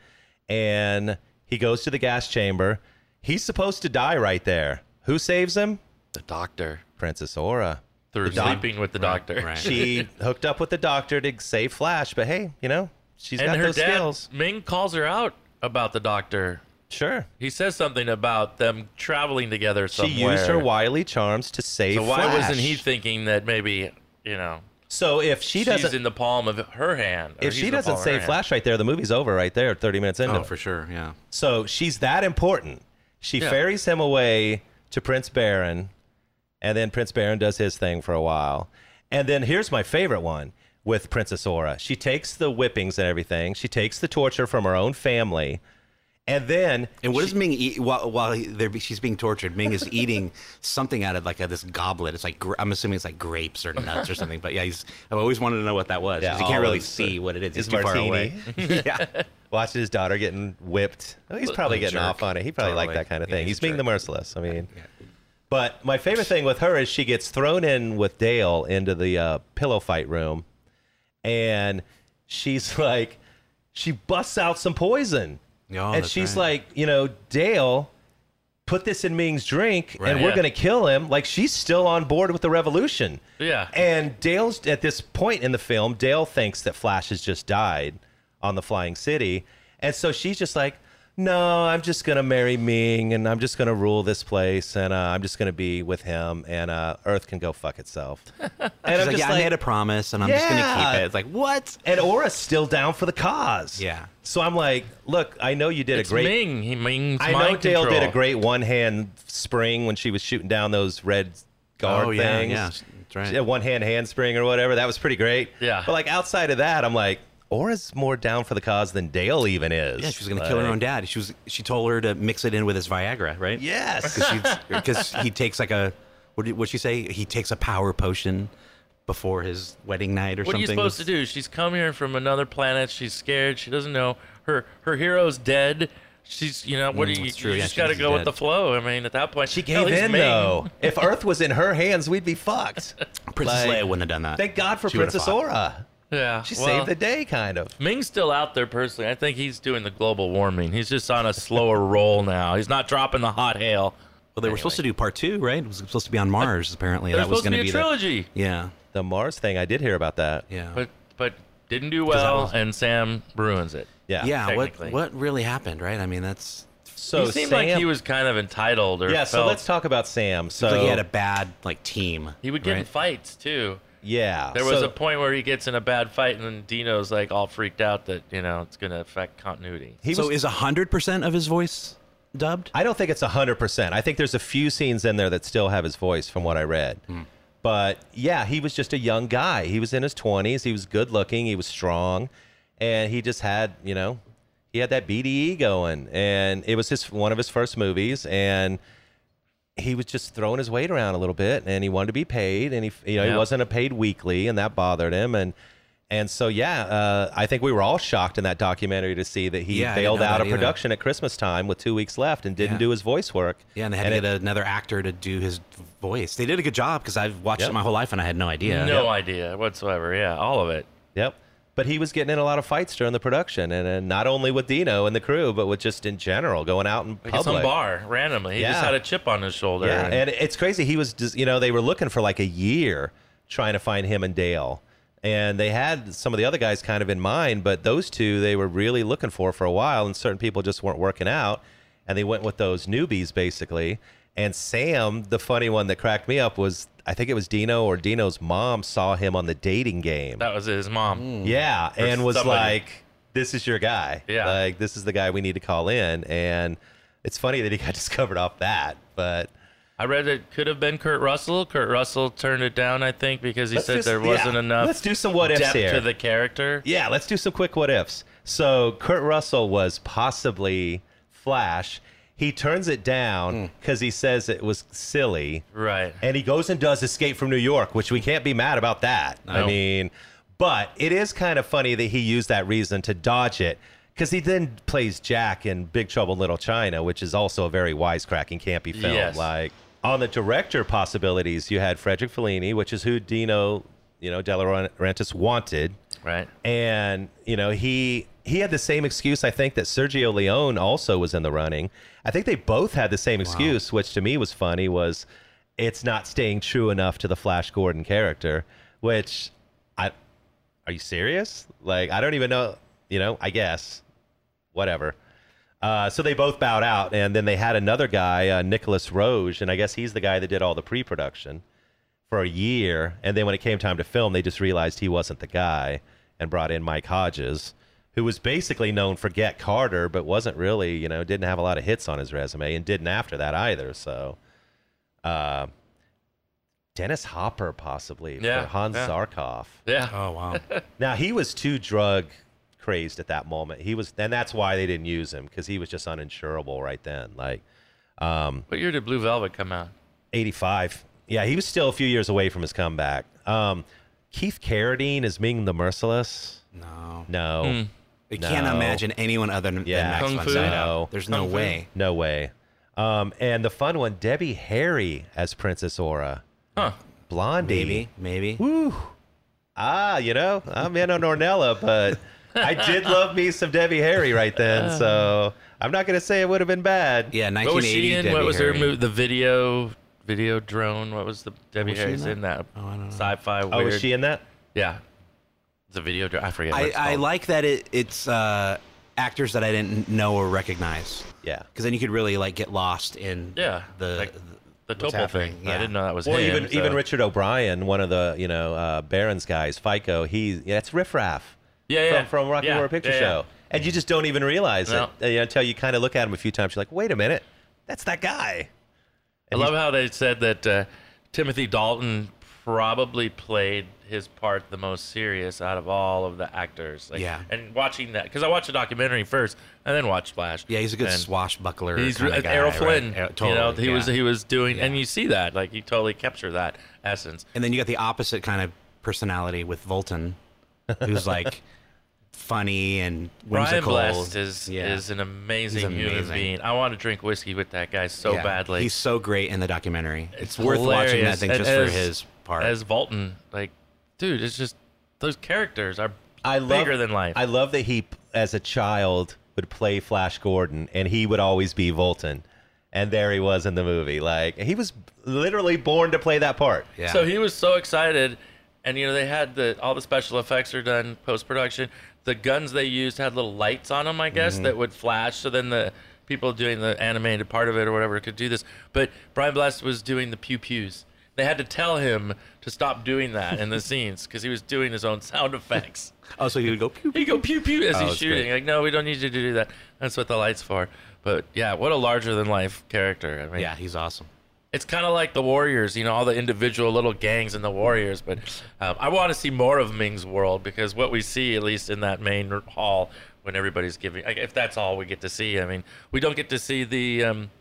S2: And he goes to the gas chamber. He's supposed to die right there. Who saves him?
S1: the doctor
S2: Princess Aura.
S1: through
S2: doc-
S1: sleeping with the doctor.
S3: right.
S2: She hooked up with the doctor to save Flash, but hey, you know, she's
S1: And
S2: got
S1: her
S2: those
S1: dad,
S2: skills.
S1: Ming calls her out about the doctor.
S2: Sure.
S1: He says something about them traveling together
S2: She
S1: somewhere.
S2: used her wily charms to save
S1: So why
S2: Flash.
S1: wasn't he thinking that maybe you know
S2: so if she
S1: she's
S2: doesn't
S1: in the palm of her hand? or
S2: if
S1: he's
S2: she
S1: in the
S2: doesn't
S1: palm of her
S2: say
S1: hand.
S2: Flash right there, the movie's over right there, 30 minutes into
S3: Oh,
S2: it.
S3: for sure. Yeah.
S2: So she's that important. She
S1: Yeah.
S2: ferries him away to Prince Baron, and then Prince Baron does his thing for a while. And then here's my favorite one with Princess Aura. She takes the whippings and everything, she takes the torture from her own family, and then
S3: And what does Ming eat while, while he- they're, be- she's being tortured? Ming is eating something out of like a, this goblet. It's like gra- I'm assuming it's like grapes or nuts or something. But yeah, he's, I've always wanted to know what that was.
S2: Yeah,
S3: because you can't really
S2: olives
S3: see what it is.
S2: his
S3: He's too far away. yeah,
S2: watches his daughter getting whipped. Oh, he's probably
S3: a
S2: getting
S3: jerk.
S2: off on it. He probably liked
S3: Totally.
S2: that kind of
S3: Yeah,
S2: thing. he's
S3: he's a
S2: being the
S3: jerk.
S2: merciless. I mean, but my favorite thing with her is she gets thrown in with Dale into the uh, pillow fight room, and she's like, she busts out some poison,
S3: Yeah, oh,
S2: and
S3: that's
S2: she's
S3: right.
S2: like, you know, Dale. Put this in Ming's drink,
S3: Right.
S2: and we're
S1: Yeah.
S2: gonna kill him. Like she's still on board with the revolution.
S1: Yeah.
S2: And Dale's at this point in the film, Dale thinks that Flash has just died on the Flying City. And so she's just like, no, I'm just going to marry Ming and I'm just going to rule this place and uh, I'm just going to be with him and uh, Earth can go fuck itself. And
S3: She's
S2: I'm
S3: like,
S2: just
S3: yeah, I
S2: like,
S3: made a promise, and I'm just gonna
S2: Yeah.
S3: keep it. It's like what?
S2: and Aura's still down for the cause.
S3: Yeah.
S2: So I'm like, look, I know you did
S1: It's
S2: a great
S1: Ming. He Ming's
S2: I know
S1: mind
S2: Dale did a
S1: control.
S2: great one hand spring when she was shooting down those red guard
S3: Oh, yeah,
S2: things.
S3: yeah, that's right.
S2: One hand handspring or whatever. That was pretty great.
S1: Yeah.
S2: But like outside of that, I'm like, Aura's more down for the cause than Dale even is.
S3: Yeah, she was gonna kill her
S2: Like,
S3: own dad. She was. She told her to mix it in with his Viagra, right?
S2: Yes.
S3: because he takes like a what did what she say? He takes a power potion before his wedding night or
S1: What are you
S3: something.
S1: supposed to do? She's come here from another planet. She's scared. She doesn't know her her hero's dead. She's you know what
S2: Mm,
S1: do you?
S3: that's true.
S1: You
S3: Yeah,
S1: just
S3: she
S1: got to
S3: is
S1: go with
S3: dead.
S1: the flow. I mean, at that point,
S2: she
S1: at
S2: gave
S1: least
S2: in
S1: Ming.
S2: though. If Earth was in her hands, we'd be fucked.
S3: Princess
S2: Like,
S3: Leia wouldn't have done that.
S2: Thank God for
S3: She would've
S2: Princess
S3: fought.
S2: Aura.
S1: Yeah,
S2: She
S1: well,
S2: saved the day, kind of.
S1: Ming's still out there personally. I think he's doing the global warming. He's just on a slower roll now. He's not dropping the hot hail.
S3: Well, they were supposed to do part two, right? It was supposed to be on Mars. Apparently,
S1: There's
S3: that was
S1: supposed to
S3: going
S1: be a
S3: to be, the
S1: trilogy,
S3: yeah,
S2: The Mars thing, I did hear about that.
S3: yeah,
S1: but but didn't do
S3: that
S1: well,
S3: was-
S1: and Sam ruins it.
S2: Yeah.
S3: yeah. What
S1: technically.
S3: what really happened, right? I mean, that's
S2: So
S1: he seemed
S2: Sam,
S1: like he was kind of entitled, or
S2: Yeah,
S1: felt
S2: so let's talk about Sam. So
S3: it's like he had a bad like team.
S1: he would get in
S3: right?
S1: fights too.
S2: yeah.
S1: There was
S2: Uh, so-
S1: a point where he gets in a bad fight, and then Dino's like all freaked out that you know it's gonna affect continuity.
S2: He
S3: so
S2: was-
S3: is hundred percent of his voice dubbed?
S2: I don't think it's 100%. I think there's a few scenes in there that still have his voice from what I read.
S3: Hmm.
S2: But yeah, he was just a young guy. He was in his 20s. He was good looking. He was strong. And he just had, you know, he had that BDE going. And it was his one of his first movies. And he was just throwing his weight around a little bit and he wanted to be paid and he you know
S1: Yeah.
S2: he wasn't a paid weekly and that bothered him and and so yeah uh, i think we were all shocked in that documentary to see that he
S3: Yeah, I didn't
S2: bailed
S3: know
S2: out
S3: that
S2: of
S3: either.
S2: production at christmas time with two weeks left and didn't
S3: Yeah.
S2: do his voice work
S3: Yeah, and they had to
S2: it-
S3: get another actor to do his voice. They did a good job because I've watched
S2: Yep.
S3: it my whole life and I had no idea.
S1: No idea whatsoever. Yeah, all of it.
S2: yep But he was getting in a lot of fights during the production, and, and not only with Dino and the crew, but with just in general going out in
S1: Like at some
S2: public.
S1: bar randomly. He just
S2: Yeah.
S1: had a chip on his shoulder.
S2: Yeah,
S1: and-
S2: and it's crazy. He was, just, you know, they were looking for like a year trying to find him and Dale, and they had some of the other guys kind of in mind, but those two they were really looking for for a while, and certain people just weren't working out, and they went with those newbies basically. And Sam, the funny one that cracked me up was I think it was Dino or Dino's mom saw him on the dating game.
S1: that was his mom.
S2: Yeah,
S1: Or
S2: and was
S1: somebody.
S2: like, "This is your guy.
S1: Yeah.
S2: like this is the guy we need to call in." And it's funny that he got discovered off that, but.
S1: I read it could have been Kurt Russell. Kurt Russell turned it down, I think, because he
S2: Let's
S1: said
S2: just-
S1: there wasn't
S2: yeah.
S1: enough
S2: Let's do some what ifs
S1: depth
S2: here.
S1: to the character.
S2: yeah, let's do some quick what ifs. So Kurt Russell was possibly Flash. He turns it down because he says it was silly,
S1: Right.
S2: and he goes and does Escape from New York, which we can't be mad about that.
S1: No.
S2: I mean, but it is kind of funny that he used that reason to dodge it because he then plays Jack in Big Trouble in Little China, which is also a very wisecracking, campy film.
S1: Yes.
S2: Like on the director possibilities, you had Frederick Fellini, which is who Dino, you know, De La Rentis wanted
S1: Right.
S2: and you know he he had the same excuse i think that sergio leone also was in the running i think they both had the same excuse which to me was funny was it's not staying true enough to the flash gordon character which i are you serious like i don't even know you know i guess whatever uh, so they both bowed out and then they had another guy uh, nicholas roge and i guess he's the guy that did all the pre-production for a year, and then when it came time to film, they just realized he wasn't the guy and brought in Mike Hodges, who was basically known for Get Carter, but wasn't really, you know, didn't have a lot of hits on his resume and didn't after that either. So, uh, Dennis Hopper possibly
S1: Yeah,
S2: for Hans
S1: yeah.
S2: Zarkov.
S1: Yeah.
S3: Oh wow.
S2: Now he was too drug crazed at that moment. He was, and that's why they didn't use him because he was just uninsurable right then. Like, um,
S1: What year did Blue Velvet come out?
S2: 85. Yeah, he was still a few years away from his comeback. Um, Keith Carradine is Ming the Merciless.
S3: no.
S2: No,
S3: I can't
S2: No.
S3: imagine anyone other than,
S2: Yeah.
S3: than Max
S1: Kung
S3: von
S1: Fu?
S3: Sydow.
S2: No.
S3: There's no
S1: Kung Fu?
S3: way.
S2: no way. Um, and the fun one, Debbie Harry as Princess Aura.
S1: Huh.
S2: Blondie.
S3: Maybe, maybe.
S2: Woo. Ah, you know, I'm in on Ornella, but I did love me some Debbie Harry right then. So I'm not going to say it would have been bad.
S3: Yeah, 1980.
S1: What was she in?
S3: Debbie
S1: What was her
S3: Harry.
S1: movie? The video, video drone. What was the Debbie
S3: Was she in
S1: Harry's
S3: that?
S1: in that,
S3: Oh, I don't know.
S1: sci-fi
S2: Oh,
S1: weird?
S2: is she in that?
S1: yeah. The video drone. I forget. what
S3: I,
S1: it's
S3: I
S1: called.
S3: like that it, it's uh, actors that I didn't know or recognize
S2: Yeah.
S3: because then you could really like get lost in
S1: Yeah.
S3: the
S1: like the
S3: what's
S1: Topol thing.
S3: happening,
S1: I
S3: yeah.
S1: didn't know that was
S2: Well,
S1: him.
S2: even
S1: so-
S2: even Richard O'Brien, one of the you know uh, Barron's guys, FICO. He yeah, it's riff raff.
S1: Yeah, yeah.
S2: From, from Rocky
S1: Yeah,
S2: Horror Picture
S1: yeah, yeah.
S2: Show, and you just don't even realize
S1: No.
S2: it uh, you know, until you kind of look at him a few times. You're like, wait a minute, that's that guy.
S1: I love how they said that uh, Timothy Dalton probably played his part the most serious out of all of the actors. Like,
S3: Yeah.
S1: And watching that, because I watched the documentary first and then watched Flash.
S3: yeah. He's a good
S1: And
S3: swashbuckler.
S1: He's
S3: kinda
S1: like
S3: guy,
S1: Errol
S3: right?
S1: Flynn.
S3: Er- totally,
S1: you know, he was
S3: yeah.
S1: he was doing, and you see that like he totally captured that essence.
S3: And then you got the opposite kind of personality with Volton, who's like funny and
S1: Brian
S3: whimsical.
S1: Blessed is
S3: Yeah.
S1: is an amazing,
S3: He's
S1: human
S3: amazing.
S1: being. I want to drink whiskey with that guy so
S3: Yeah.
S1: badly.
S3: He's so great in the documentary. It's,
S1: It's
S3: worth watching that
S1: hilarious.
S3: thing
S1: And
S3: just
S1: as-
S3: for his part.
S1: as Bolton. Like, dude, it's just those characters are
S2: I love,
S1: bigger than life.
S2: I love that he, as a child, would play Flash Gordon, and he would always be Volton. And there he was in the movie. Like he was literally born to play that part.
S3: yeah.
S1: So he was so excited, and you know they had the all the special effects are done post production. The guns they used had little lights on them, I guess,
S3: Mm-hmm.
S1: that would flash. So then the people doing the animated part of it or whatever could do this. But Brian Blessed was doing the pew pews. They had to tell him to stop doing that in the scenes because he was doing his own sound effects.
S3: oh, so he would go pew.
S1: He go pew pew as
S3: Oh,
S1: he's
S3: that's
S1: shooting.
S3: great.
S1: Like, no, we don't need you to do that. That's what the lights for. But yeah, what a larger than life character. I mean,
S3: Yeah, he's awesome.
S1: it's kind of like the Warriors, you know, all the individual little gangs in the Warriors. But um, I want to see more of Ming's world because what we see, at least in that main r- hall, when everybody's giving, like, if that's all we get to see, I mean, we don't get to see the um,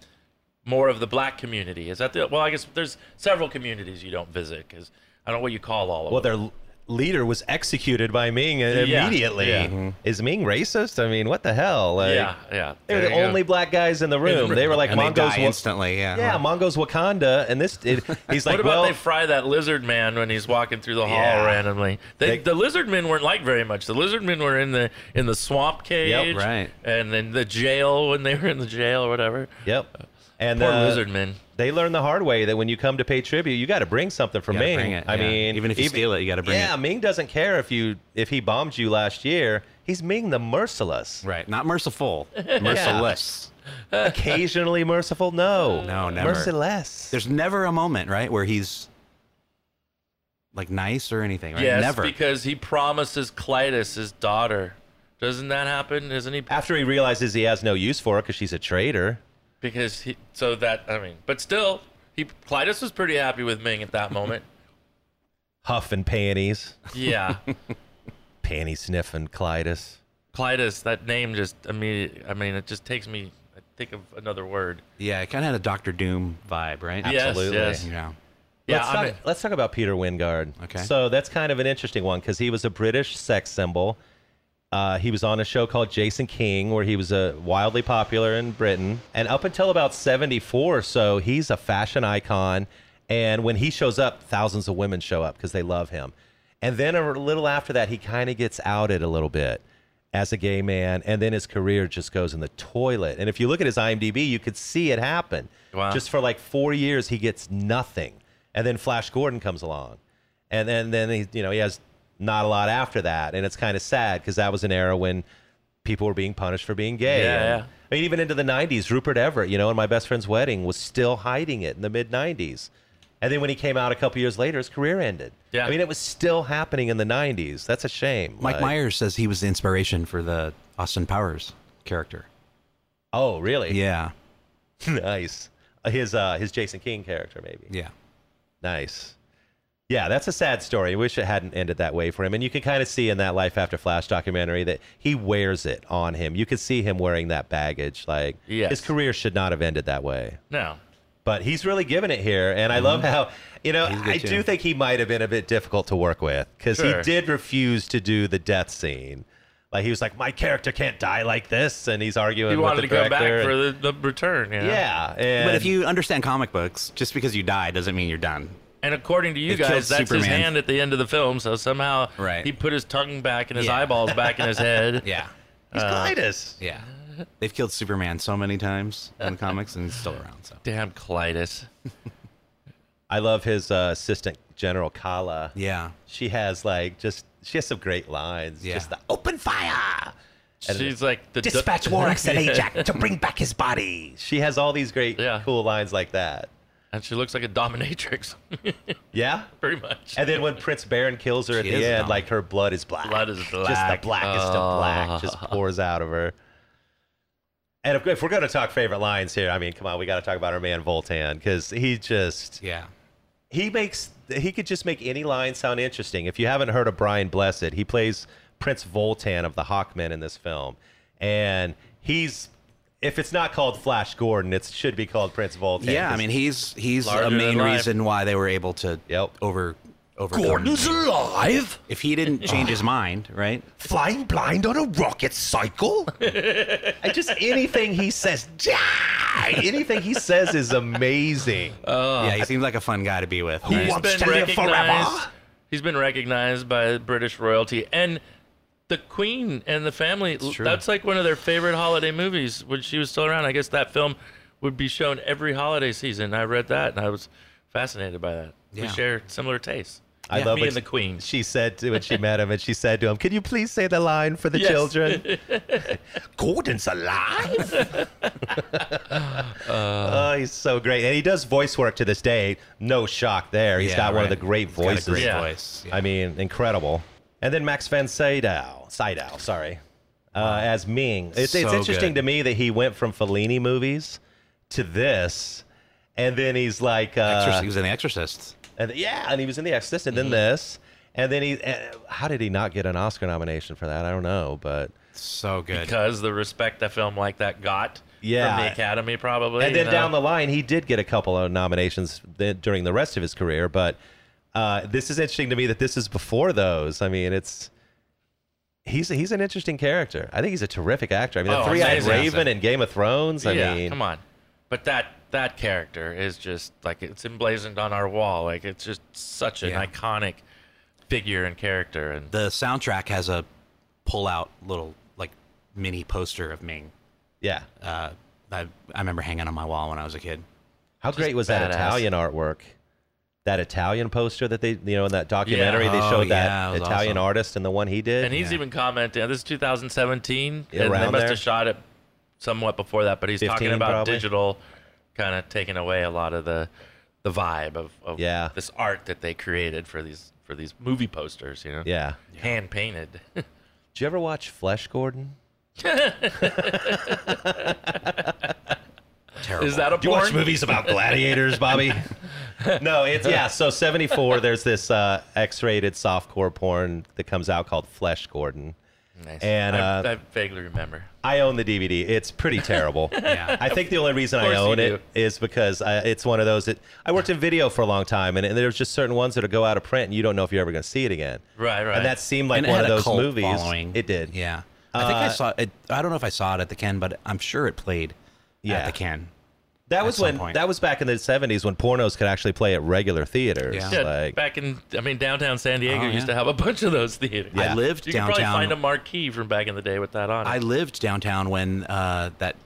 S1: more of the black community. Is that the? Well, I guess there's several communities you don't visit because I don't know what you call all of
S2: Well,
S1: them.
S2: they're leader was executed by Ming
S1: Yeah,
S2: immediately.
S1: yeah.
S2: Is Ming racist? I mean, what the hell? Like,
S1: yeah, yeah.
S2: They were the
S1: There you go.
S2: only black guys in the room.
S1: room.
S2: They were like
S3: and they
S2: Mongo's.
S3: die instantly. Yeah.
S2: yeah, Mongo's Wakanda, and this it, he's like,
S1: what about
S2: well,
S1: they fry that lizard man when he's walking through the hall
S2: Yeah.
S1: randomly? They,
S2: They-
S1: the lizard men weren't like very much. The lizard men were in the in the swamp cage,
S3: right.
S1: And then the jail when they were in the jail or whatever.
S2: yep. And
S1: Poor
S2: uh,
S1: lizard men.
S2: they learned the hard way that when you come to pay tribute, you got to bring something from
S3: Gotta
S2: Ming.
S3: bring it,
S2: I
S3: yeah.
S2: mean,
S3: even if you steal it, you got to bring
S2: yeah,
S3: it.
S2: Ming doesn't care if you if he bombed you last year. He's Ming the merciless.
S3: Right. Not merciful. Merciless.
S2: Occasionally merciful, no,
S3: No, never.
S2: merciless.
S3: There's never a moment, right, where he's like nice or anything, right?
S1: Yes,
S3: never.
S1: because he promises Clytus his daughter. Doesn't that happen? Isn't he?
S2: After he realizes he has no use for her because she's a traitor.
S1: Because he, so that I mean, but still, he Clytus was pretty happy with Ming at that moment.
S2: Huff and panties,
S1: yeah,
S2: panty sniffing Clytus.
S1: Clytus. That name just immediate. I mean, it just takes me. I think of another word.
S3: yeah, it kind of had a Doctor Doom vibe, right?
S1: Yes,
S2: Absolutely.
S1: yes.
S3: Yeah.
S1: Yeah,
S2: let's,
S1: I
S2: talk,
S1: mean-
S2: let's talk about Peter Wingard.
S3: Okay.
S2: So that's kind of an interesting one because he was a British sex symbol. Uh, he was on a show called Jason King, where he was uh, wildly popular in Britain. And up until about 74 or so, he's a fashion icon. And when he shows up, thousands of women show up because they love him. And then a little after that, he kind of gets outed a little bit as a gay man. And then his career just goes in the toilet. And if you look at his IMDb, you could see it happen.
S1: Wow.
S2: Just for like four years he gets nothing and then flash gordon comes along and then then he you know he has not a lot after that and it's kind of sad because that was an era when people were being punished for being gay
S1: Yeah,
S2: And-
S1: yeah.
S2: i mean even into the 90s rupert everett you know in my best friend's wedding was still hiding it in the mid 90s and then when he came out a couple years later his career ended
S1: Yeah.
S2: i mean it was still happening in the 90s that's a shame
S3: Mike
S2: Like,
S3: Myers says he was the inspiration for the Austin Powers character.
S2: oh really
S3: Yeah.
S2: nice his uh his jason king character maybe
S3: Yeah.
S2: Nice. Yeah, that's a sad story. I wish it hadn't ended that way for him. And you can kind of see in that Life After Flash documentary that he wears it on him. You could see him wearing that baggage. Like
S1: Yes.
S2: his career should not have ended that way.
S1: No,
S2: But he's really given it here. And I love
S1: Mm-hmm.
S2: how, you know,
S3: He's good
S2: I
S3: too.
S2: do think he might have been a bit difficult to work with because
S1: Sure.
S2: he did refuse to do the death scene. Like he was like, my character can't die like this. And he's arguing
S1: he
S2: with
S1: wanted
S2: the
S1: to go back
S2: director.
S1: for the, the return. You know?
S2: yeah. And
S3: But if you understand comic books, just because you die doesn't mean you're done.
S1: And according to you
S3: It
S1: guys,
S3: killed
S1: that's his
S3: Superman.
S1: hand at the end of the film. So somehow
S3: Right.
S1: he put his tongue back and his
S3: Yeah.
S1: eyeballs back in his head.
S3: Yeah.
S2: he's
S1: Uh,
S2: Clytus.
S3: Yeah. They've killed Superman so many times in the comics and he's still around, so.
S1: Damn colitis.
S2: I love his uh, assistant general Kala.
S3: Yeah.
S2: she has like just she has some great lines.
S3: Yeah.
S2: Just the open fire. And
S1: She's like the du-
S2: dispatch Warwick and Ajax to bring back his body. She has all these great
S1: Yeah.
S2: cool lines like that.
S1: and she looks like a dominatrix,
S2: Yeah.
S1: pretty much.
S2: And then when Prince Baron kills her at
S3: She
S2: the
S3: is a
S2: end,
S3: dumb.
S2: like her blood is black.
S1: Blood is
S2: Just the
S1: black.
S2: blackest of black just pours out of her. And if, if we're going to talk favorite lines here, I mean, come on, we got to talk about our man Voltan because he just
S3: Yeah.
S2: he makes he could just make any line sound interesting. If you haven't heard of Brian Blessed, he plays Prince Voltan of the Hawkmen in this film, and he's if it's not called Flash Gordon, it should be called Prince Voltan.
S3: Yeah, I mean he's he's
S1: Larger
S3: a main
S1: than life.
S3: reason why they were able to
S2: Yep.
S3: over overcome.
S4: Gordon's alive,
S3: If he didn't change his mind, right?
S4: flying blind on a rocket cycle.
S2: I just anything he says, die. Anything he says is amazing.
S3: yeah, he seems like a fun guy to be with.
S4: He
S3: right?
S4: wants to live forever.
S1: He's been recognized by British royalty and the Queen and the family.
S3: true.
S1: That's like one of their favorite holiday movies when she was still around. I guess that film would be shown every holiday season. I read that and I was fascinated by that. We
S3: Yeah.
S1: share similar tastes.
S2: I
S1: Yeah.
S2: love
S1: me
S2: what
S1: and the
S2: she-
S1: Queen.
S2: She said to when she met him, and she said to him, "Can you please say the line for the
S1: Yes.
S2: children?"
S4: Gordon's alive.
S2: Oh, he's so great. And he does voice work to this day. No shock there. He's
S3: Yeah,
S2: got one of
S3: right.
S2: the great
S3: He's got a
S2: voices.
S3: great
S1: Yeah.
S3: voice.
S2: I mean, incredible. And then Max Van Sydow, Sydow, sorry, uh, as Ming. It's, it's
S3: So
S2: interesting
S3: good.
S2: to me that he went from Fellini movies to this, and then he's like,
S3: Exorcist-
S2: uh,
S3: he was in The Exorcist.
S2: and, yeah, and he was in The Exorcist, and then
S1: Mm-hmm.
S2: this, and then he. Uh, how did he not get an Oscar nomination for that? I don't know, but
S3: So good.
S1: because the respect that film like that got
S2: Yeah.
S1: from the Academy, probably.
S2: and
S1: you
S2: then
S1: know?
S2: down the line, he did get a couple of nominations th- during the rest of his career, but Uh, this is interesting to me that this is before those. I mean, it's he's he's an interesting character. I think he's a terrific actor. I mean,
S1: Oh,
S2: the three-eyed
S1: amazing.
S2: raven in Game of Thrones. I
S1: yeah,
S2: mean,
S1: come on. But that that character is just like it's emblazoned on our wall. Like it's just such an
S3: Yeah.
S1: iconic figure and character. And
S3: The soundtrack has a pull-out little like mini poster of Ming.
S2: yeah.
S3: Uh, I I remember hanging on my wall when I was a kid.
S2: How great was that
S1: badass.
S2: Italian artwork? That Italian poster that they, you know, in that documentary, they
S3: Oh,
S2: showed
S3: yeah, it
S2: that
S3: was
S2: Italian
S3: awesome.
S2: artist and the one he did.
S1: and he's even commenting. This is 2017,
S2: Yeah,
S1: and they
S2: around
S1: must
S2: there.
S1: have shot it somewhat before that. But he's talking
S2: 15
S1: about
S2: probably.
S1: digital, kind of taking away a lot of the the vibe of, of
S2: Yeah.
S1: this art that they created for these for these movie posters. You know,
S2: yeah.
S1: hand painted.
S2: Did you ever watch Flesh Gordon?
S3: Terrible.
S1: is that a
S2: Do you
S1: porn?
S2: watch movies about gladiators, Bobby? no, it's yeah. So seventy four, there's this uh, X-rated softcore porn that comes out called Flesh Gordon.
S1: Nice.
S2: And,
S1: I,
S2: uh,
S1: I vaguely remember.
S2: I own the DVD. It's pretty terrible.
S3: Yeah.
S2: I think the only reason I
S1: course
S2: own
S1: you
S2: it is because I, it's one of those that I worked in video for a long time, and, and there's just certain ones that'll go out of print, and you don't know if you're ever going to see it again.
S1: Right, right.
S2: And that seemed like
S3: And it
S2: one
S3: had
S2: of
S3: a
S2: those
S3: cult
S2: movies.
S3: following.
S2: It did.
S3: Yeah. I think I
S2: Uh,
S3: saw it. I don't know if I saw it at the Ken, but I'm sure it played
S2: Yeah.
S3: at the Ken.
S2: That was
S3: some
S2: when
S3: point.
S2: that was back in the '70s when pornos could actually play at regular theaters.
S3: Yeah.
S1: Yeah,
S2: Like,
S1: back in I mean downtown San Diego
S3: Oh,
S1: used to
S3: yeah.
S1: have a bunch of those theaters.
S3: I lived
S1: you could
S3: downtown.
S1: probably find a marquee from back in the day with that on.
S3: I
S1: It.
S3: lived downtown when uh, that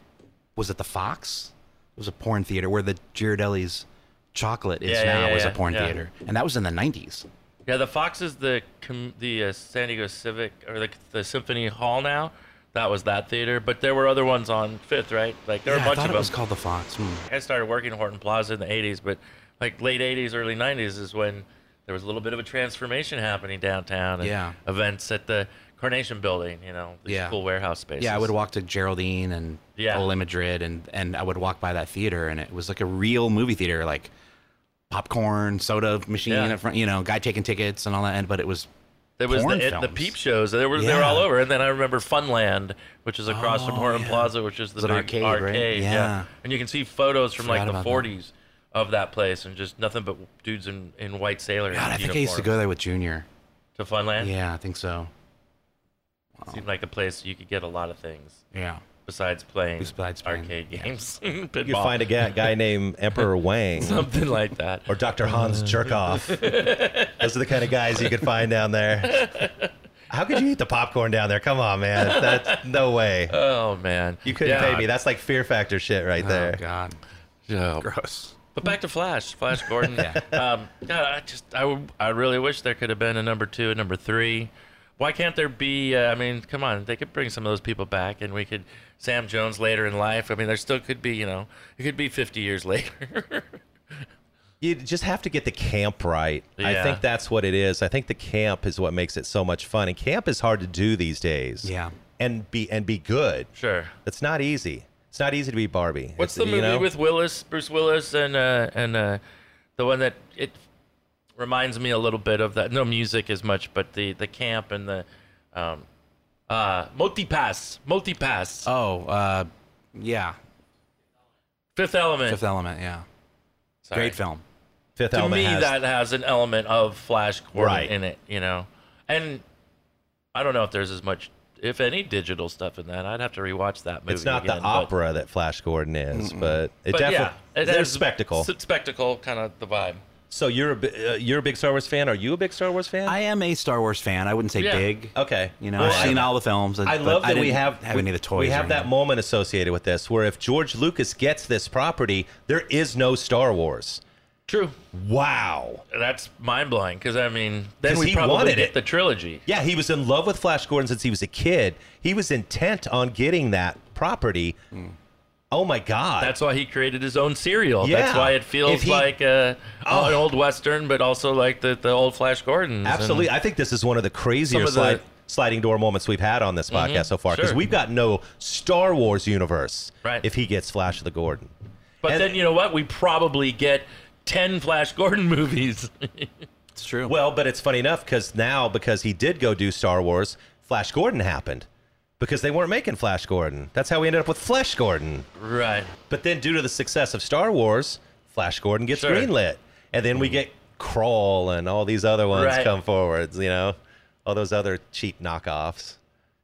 S3: was it the Fox? It was a porn theater where the Girardelli's chocolate is
S1: Yeah, yeah,
S3: now
S1: yeah,
S3: was
S1: yeah,
S3: a porn
S1: yeah.
S3: theater. And that was in the 90s.
S1: yeah, the Fox is the com- the uh, San Diego Civic or the the Symphony Hall now. That was that theater, but there were other ones on Fifth, right? Like there were
S3: Yeah,
S1: a
S3: I
S1: bunch
S3: thought
S1: of
S3: it was
S1: them.
S3: called the Fox. Hmm.
S1: I started working at Horton Plaza in the '80s, but like late '80s, early '90s is when there was a little bit of a transformation happening downtown. And
S3: Yeah.
S1: events at the Carnation Building, you know, these
S3: Yeah.
S1: cool warehouse spaces.
S3: Yeah, I would walk to Geraldine and
S1: Yeah.
S3: Ole Madrid, and and I would walk by that theater, and it was like a real movie theater, like popcorn, soda machine
S1: Yeah.
S3: in front, you know, guy taking tickets and all that. And but it was
S1: There was
S3: porn
S1: the, it, the
S3: films.
S1: peep shows. They were they were
S3: Yeah.
S1: all over. And then I remember Funland, which is across from
S3: Oh,
S1: Horton
S3: yeah.
S1: Plaza, which is the
S3: an
S1: big
S3: arcade,
S1: arcade.
S3: right?
S1: Yeah.
S3: Yeah.
S1: and you can see photos from
S3: Forgot
S1: like the
S3: about that.
S1: 40s of that place, and just nothing but dudes in, in white sailor
S3: God, I think I
S1: uniforms
S3: used to go there with Junior.
S1: to Funland.
S3: Yeah, I think so.
S1: It seemed like a place you could get a lot of things
S3: Yeah.
S1: besides playing
S3: Besides playing,
S1: arcade
S3: yeah.
S1: games.
S2: you could find a guy, guy named Emperor Wang
S1: something like that.
S2: or Dr. Hans Jerkoff. Those are the kind of guys you could find down there. How could you eat the popcorn down there? Come on, man. That's no way.
S1: Oh man,
S2: You couldn't
S1: Yeah.
S2: pay me. That's like Fear Factor shit right
S3: Oh
S2: there.
S3: God.
S1: Yeah.
S3: Gross.
S1: But back to Flash, Flash Gordon. yeah. Um, God, I just, I, w- I really wish there could have been a number two, a number three. Why can't there be? Uh, I mean, come on, they could bring some of those people back, and we could Sam Jones later in life. I mean, there still could be, you know, it could be 50 years later.
S2: You just have to get the camp right. I
S1: Yeah.
S2: think that's what it is. I think the camp is what makes it so much fun. And camp is hard to do these days.
S3: Yeah.
S2: And be and be good.
S1: sure.
S2: It's not easy. It's not easy to be Barbie.
S1: What's
S2: It's-
S1: the movie
S2: you know?
S1: with Willis, Bruce Willis, and uh, and uh, the one that it reminds me a little bit of that? No music as much, but the the camp and the um, uh, multi-pass, multi-pass,
S3: Oh, uh, yeah.
S1: Fifth Element.
S3: Fifth Element. Yeah.
S1: Sorry.
S3: Great film.
S2: Fifth
S1: to
S2: Element
S1: me
S2: has-
S1: that has an element of Flash Gordon
S2: Right.
S1: in it, you know. And I don't know if there's as much, if any, digital stuff in that. I'd have to rewatch that movie.
S2: it's not
S1: again,
S2: the
S1: but-
S2: opera that Flash Gordon is, but it
S1: but
S2: definitely
S1: yeah, it
S2: there's
S1: has
S2: spectacle.
S1: s- spectacle, kind of the vibe.
S2: So you're a bi- uh, you're a big Star Wars fan. Are you a big Star Wars fan?
S3: I am a Star Wars fan. I wouldn't say
S1: Yeah.
S3: big.
S2: okay.
S3: You know,
S2: Well,
S3: I've seen all the films.
S2: I
S3: but
S2: love that we
S3: didn't
S2: have
S3: have
S2: we,
S3: any of the toys.
S2: We
S3: or
S2: have that
S3: anything.
S2: moment associated with this, where if George Lucas gets this property, there is no Star Wars.
S1: True.
S2: Wow.
S1: That's mind blowing because I mean, then
S2: 'Cause
S1: we
S2: he
S1: probably
S2: wanted
S1: get
S2: it.
S1: the trilogy.
S2: Yeah, he was in love with Flash Gordon since he was a kid. He was intent on getting that property.
S3: Mm.
S2: Oh my God.
S1: That's why he created his own serial. That's
S2: Yeah.
S1: why it feels
S2: If he-
S1: like uh,
S2: Oh.
S1: an old western, but also like the, the old Flash Gordon.
S2: Absolutely. I think this is one of the crazier
S1: Some of the- Mm-hmm.
S2: slide, sliding door moments we've had on this podcast so far because
S1: Sure.
S2: we've got no Star Wars universe
S1: Right.
S2: if he gets Flash of the Gordon.
S1: But
S2: And-
S1: then you know what? We probably get ten Flash Gordon movies.
S3: It's true.
S2: Well, but it's funny enough because now, because he did go do Star Wars, Flash Gordon happened because they weren't making Flash Gordon. That's how we ended up with Flesh Gordon.
S1: right.
S2: But then, due to the success of Star Wars, Flash Gordon gets
S1: Sure.
S2: greenlit. And then we get Crawl and all these other ones
S1: Right.
S2: come forwards, you know, all those other cheap knockoffs.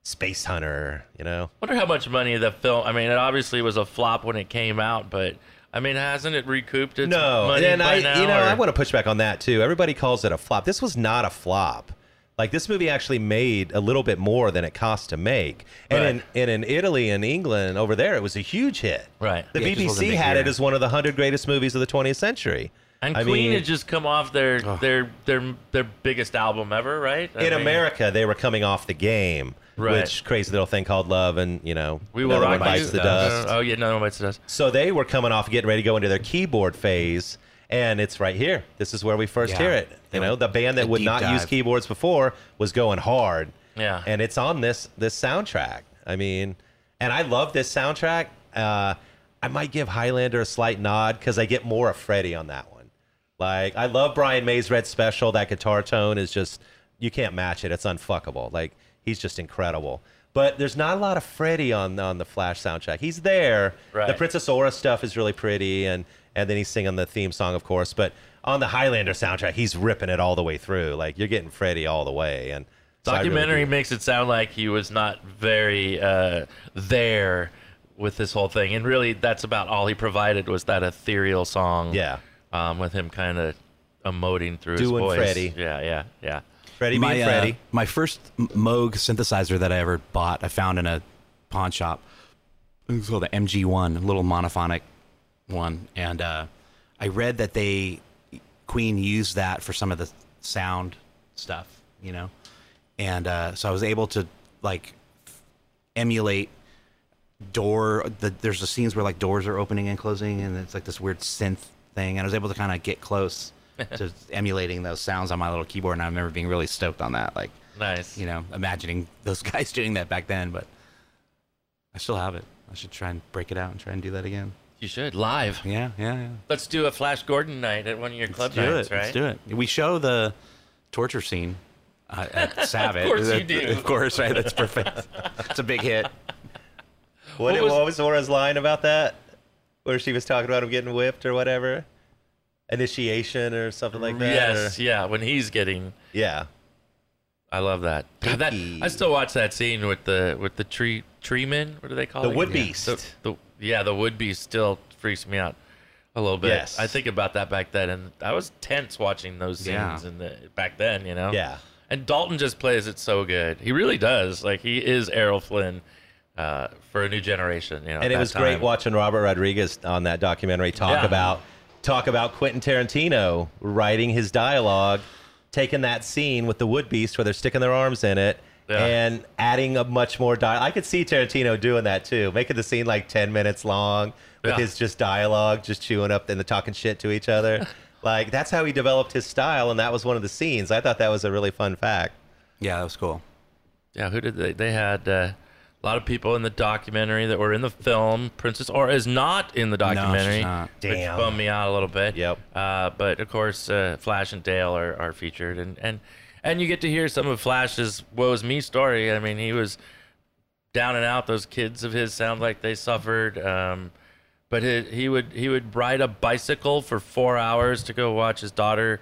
S2: Space Hunter, you know.
S1: Wonder how much money the film. I mean, it obviously was a flop when it came out, but I mean, hasn't it recouped its
S2: no,
S1: money
S2: and
S1: by
S2: I,
S1: now?
S2: you know,
S1: or-
S2: I want to push back on that too. Everybody calls it a flop. This was not a flop. Like this movie actually made a little bit more than it cost to make, and in,
S1: Right.
S2: and in Italy and England over there, it was a huge hit.
S1: Right.
S2: The
S3: Yeah, it just wasn't
S2: BBC
S3: big
S2: had
S3: here.
S2: it as one of the hundred greatest movies of the 20th century.
S1: And
S2: I
S1: Queen
S2: mean,
S1: had just come off their their their their biggest album ever, right? I
S2: in
S1: mean,
S2: America, they were coming off the game,
S1: Right.
S2: which crazy little thing called love, and you know,
S1: we will
S2: Another
S1: rock
S2: one bites
S1: you.
S2: the
S1: No, no,
S2: dust.
S1: no. Oh yeah, no one bites the dust.
S2: So they were coming off, getting ready to go into their keyboard phase, and it's right here. This is where we first
S3: Yeah.
S2: hear it.
S3: They
S2: You know,
S3: went
S2: the band that
S3: a
S2: would
S3: deep
S2: not use
S3: dive.
S2: keyboards before was going hard.
S1: Yeah.
S2: and it's on this this soundtrack. I mean, and I love this soundtrack. Uh, I might give Highlander a slight nod because I get more of Freddie on that one. Like I love Brian May's Red Special. That guitar tone is just you can't match it. It's unfuckable. Like he's just incredible. But there's not a lot of Freddie on on the Flash soundtrack. He's there.
S1: Right.
S2: The Princess Aura stuff is really pretty, and and then he's singing the theme song, of course. But on the Highlander soundtrack, he's ripping it all the way through. Like you're getting Freddie all the way. And so I really do
S1: Documentary makes it sound like he was not very uh, there with this whole thing, and really, that's about all he provided was that ethereal song.
S2: Yeah.
S1: um, with him kind of emoting through
S2: Doing
S1: his voice.
S2: Freddie.
S1: Yeah, yeah, yeah.
S2: Freddie
S3: my,
S2: being
S3: uh,
S2: Freddie.
S3: my first M- Moog synthesizer that I ever bought, I found in a pawn shop. It was called the MG1, a little monophonic one, and uh, I read that they Queen used that for some of the sound stuff, you know, and uh, so I was able to like emulate door the, there's the scenes where like doors are opening and closing and it's like this weird synth thing and i was able to kind of get close to emulating those sounds on my little keyboard and i remember being really stoked on that like
S1: Nice.
S3: you know imagining those guys doing that back then but i still have it i should try and break it out and try and do that again
S1: You should live.
S3: yeah yeah yeah
S1: Let's do a Flash Gordon night at one of your club
S3: let's do
S1: nights,
S3: it
S1: right?
S3: let's do it we show the torture scene uh, at Savage.
S1: course you do.
S3: Of course, right? That's perfect. it's a big hit.
S2: What,
S1: What
S2: it-
S1: was-
S2: what was Aura's line about that? Where she was talking about him getting whipped or whatever? Initiation or something like that?
S1: Yes,
S2: or-
S1: yeah. When he's getting,
S2: yeah.
S1: I love that. God, that I still watch that scene with the with the tree tree men. What do they call
S2: The
S1: it?
S2: wood
S1: Yeah.
S2: beast.
S1: The, the- yeah, the wood beast still freaks me out a little bit.
S2: Yes.
S1: I think about that back then, and I was tense watching those
S3: Yeah.
S1: scenes in the back then. You know.
S2: Yeah.
S1: And Dalton just plays it so good. He really does. Like he is Errol Flynn uh, for a new generation. You know. at
S2: And it
S1: that
S2: was great
S1: time.
S2: watching Robert Rodriguez on that documentary talk
S1: Yeah.
S2: about talk about Quentin Tarantino writing his dialogue, taking that scene with the wood beast where they're sticking their arms in it.
S1: Yeah.
S2: And adding a much more dialogue. I could see Tarantino doing that too, making the scene like 10 minutes long with
S1: Yeah.
S2: his just dialogue, just chewing up and the talking shit to each other. like, that's how he developed his style. And that was one of the scenes. I thought that was a really fun fact.
S3: Yeah, that was cool.
S1: Yeah, who did they? They had uh, a lot of people in the documentary that were in the film. Princess Aura is not in the
S3: she's
S1: documentary,
S3: not.
S1: which
S2: Damn.
S1: bummed me out a little bit.
S2: Yep.
S1: Uh, but of course, uh, Flash and Dale are, are featured, and, and and you get to hear some of Flash's woes me story. I mean, he was down and out. Those kids of his sound like they suffered. Um, but he, he would he would ride a bicycle for four hours to go watch his daughter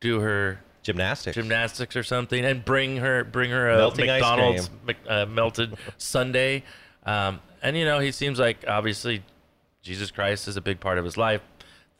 S1: do her
S2: Gymnastics.
S1: gymnastics or something and bring her bring her a
S2: Melting ice
S1: McDonald's Mc, uh, melted Sunday. Um, and you know, he seems like obviously Jesus Christ is a big part of his life.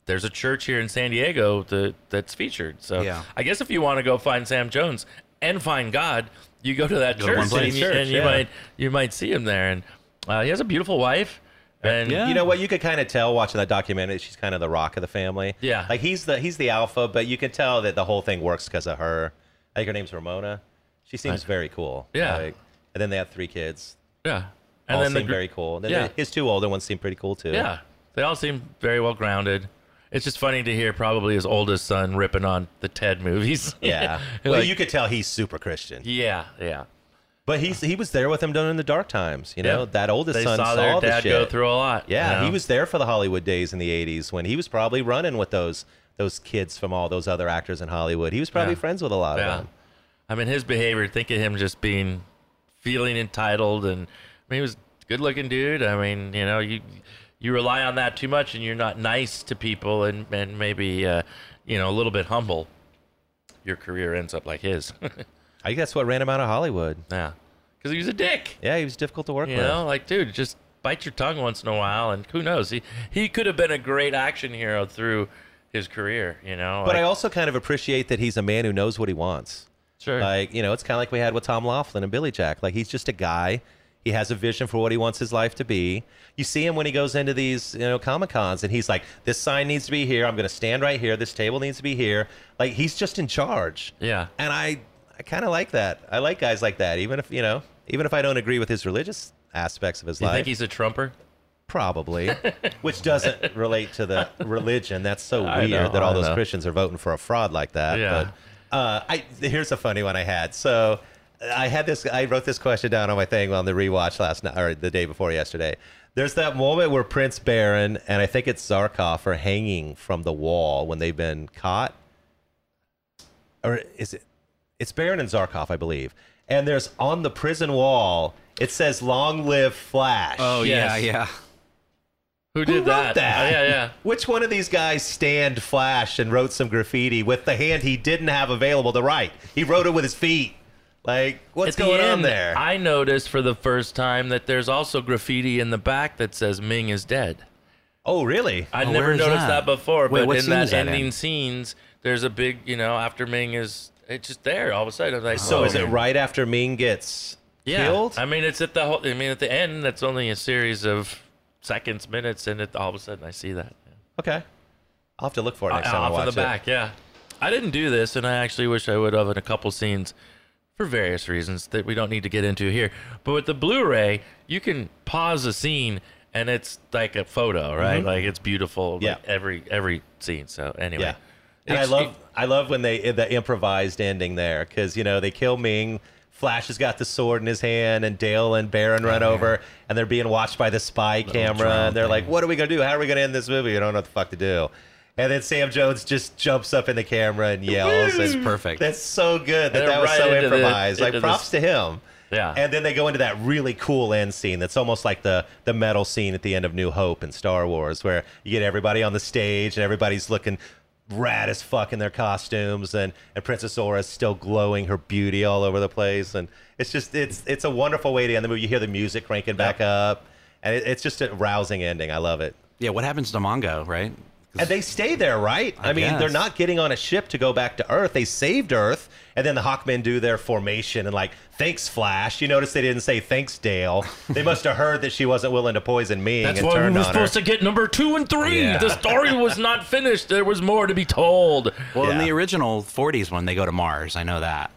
S1: There's a church here in San Diego that that's featured. So
S3: Yeah.
S1: I guess if you want to go find Sam Jones and find God, you go to that
S3: to
S1: church,
S3: one
S1: and,
S3: place.
S1: you,
S2: Church,
S1: and you
S2: yeah.
S1: might you might see him there. And uh, he has a beautiful wife. And
S3: Yeah.
S2: You know what? You could kind of tell watching that documentary. She's kind of the rock of the family.
S1: Yeah.
S2: like he's the he's the alpha, but you can tell that the whole thing works because of her. I think her name's Ramona. She seems very cool.
S1: Yeah.
S2: Like, and then they have three kids.
S1: yeah.
S2: And
S1: And
S2: all
S1: then the
S2: seem
S1: gr-
S2: very cool. And then
S1: yeah.
S2: the- his two older ones seem pretty cool too.
S1: Yeah, they all seem very well grounded. It's just funny to hear probably his oldest son ripping on the Ted movies.
S2: Yeah. well,
S1: Like,
S2: you could tell he's super Christian.
S1: yeah, yeah.
S2: But he's he was there with him during the dark times. You know
S1: Yeah.
S2: that oldest
S1: They
S2: son
S1: saw their
S2: the
S1: dad
S2: shit.
S1: go through a lot.
S2: Yeah,
S1: you know?
S2: he was there for the Hollywood days in the '80s when he was probably running with those those kids from all those other actors in Hollywood. He was probably
S1: Yeah.
S2: friends with a lot of
S1: Yeah.
S2: them.
S1: I mean, his behavior. Think of him just being feeling entitled, and I mean, he was a good-looking dude. I mean, you know, you you rely on that too much, and you're not nice to people, and and maybe uh, you know, a little bit humble, your career ends up like his.
S2: I guess that's what ran him out of Hollywood.
S1: yeah. Because he was a dick.
S2: Yeah, he was difficult to work
S1: You
S2: with.
S1: know, like, dude, just bite your tongue once in a while, and who knows? He he could have been a great action hero through his career. You know,
S2: But I
S1: like,
S2: also kind of appreciate that he's a man who knows what he wants.
S1: sure,
S2: Like, you know, it's kind of like we had with Tom Laughlin and Billy Jack. Like, he's just a guy. He has a vision for what he wants his life to be. You see him when he goes into these, you know, Comic Cons and he's like, this sign needs to be here. I'm going to stand right here. This table needs to be here. Like, he's just in charge.
S1: yeah,
S2: And I, I kind of like that. I like guys like that, even if, you know, even if I don't agree with his religious aspects of his
S1: you
S2: life.
S1: think he's a trumper?
S2: Probably, which doesn't relate to the religion. That's so
S1: I
S2: weird
S1: know,
S2: that all
S1: I
S2: those
S1: know.
S2: Christians are voting for a fraud like that.
S1: Yeah.
S2: But uh, I, here's a funny one I had. So I had this. I wrote this question down on my thing on the rewatch last night or the day before yesterday. There's that moment where Prince Baron and I think it's Zarkov are hanging from the wall when they've been caught, or is it? It's Baron and Zarkov, I believe. And there's on the prison wall. It says "Long live Flash."
S3: Oh yeah,
S1: Yes.
S3: yeah.
S1: Who did
S2: Who wrote that?
S1: Oh, yeah, yeah.
S2: Which one of these guys stand Flash and wrote some graffiti with the hand he didn't have available to write? He wrote it with his feet. Like,
S1: At
S2: what's
S1: the
S2: going on
S1: end,
S2: there?
S1: I noticed for the first time that there's also graffiti in the back that says Ming is dead.
S2: oh, really?
S1: I'd
S3: Oh, where
S1: never
S3: is
S1: noticed that,
S3: that?
S1: before,
S3: Wait,
S1: but
S3: what
S1: in
S3: scene
S1: that
S3: is that in?
S1: ending scenes, there's a big, you know, after Ming is it's just there all of a sudden. I'm like,
S2: so
S1: oh,
S2: is it right after Ming gets
S1: yeah.
S2: killed?
S1: I mean, it's at the whole. I mean, at the end, that's only a series of seconds, minutes, and it, all of a sudden I see that
S2: okay. I'll have to look for it next
S1: Uh,
S2: time I
S1: off
S2: watch
S1: in the
S2: it.
S1: back. Yeah, I didn't do this, and I actually wish I would have in a couple scenes for various reasons that we don't need to get into here. But with the Blu-ray, you can pause a scene. And it's like a photo, right? Like it's beautiful, like
S2: Mm-hmm. Yeah.
S1: every every scene. So anyway,
S2: Yeah. And I
S1: Ex-
S2: love I love when they the improvised ending there because you know they kill Ming. Flash has got the sword in his hand, and Dale and Baron run
S1: Oh,
S2: over, and they're being watched by the spy camera.
S3: drone
S2: And they're like, "What are we gonna do? How are we gonna end this movie? We don't know what the fuck to do." And then Sam Jones just jumps up in the camera and yells.
S3: It's
S2: and
S3: perfect.
S2: that's so good that
S1: They're
S2: that was
S1: right
S2: so
S1: into the-
S2: improvised. like
S1: into the
S2: props to him.
S1: Yeah.
S2: And then they go into that really cool end scene that's almost like the the metal scene at the end of New Hope and Star Wars, where you get everybody on the stage and everybody's looking rad as fuck in their costumes and, and Princess Aura's still glowing her beauty all over the place. And it's just it's it's a wonderful way to end the movie. You hear the music cranking back up. And it, it's just a rousing ending. I love it.
S3: Yeah, what happens to Mongo, right? 'Cause-
S2: And they stay there, right? I, mean, they're
S3: guess.
S2: not getting on a ship to go back to Earth. They saved Earth, and then the Hawkmen do their formation and like, thanks, Flash. You notice they didn't say thanks, Dale. They must have heard that she wasn't willing to poison me and
S1: That's why we
S2: turned
S1: were
S2: on her.
S1: supposed to get number two and three.
S3: Yeah.
S1: The story was not finished. There was more to be told.
S3: well, in
S2: yeah.
S3: the original 40s when they go to Mars, I know that.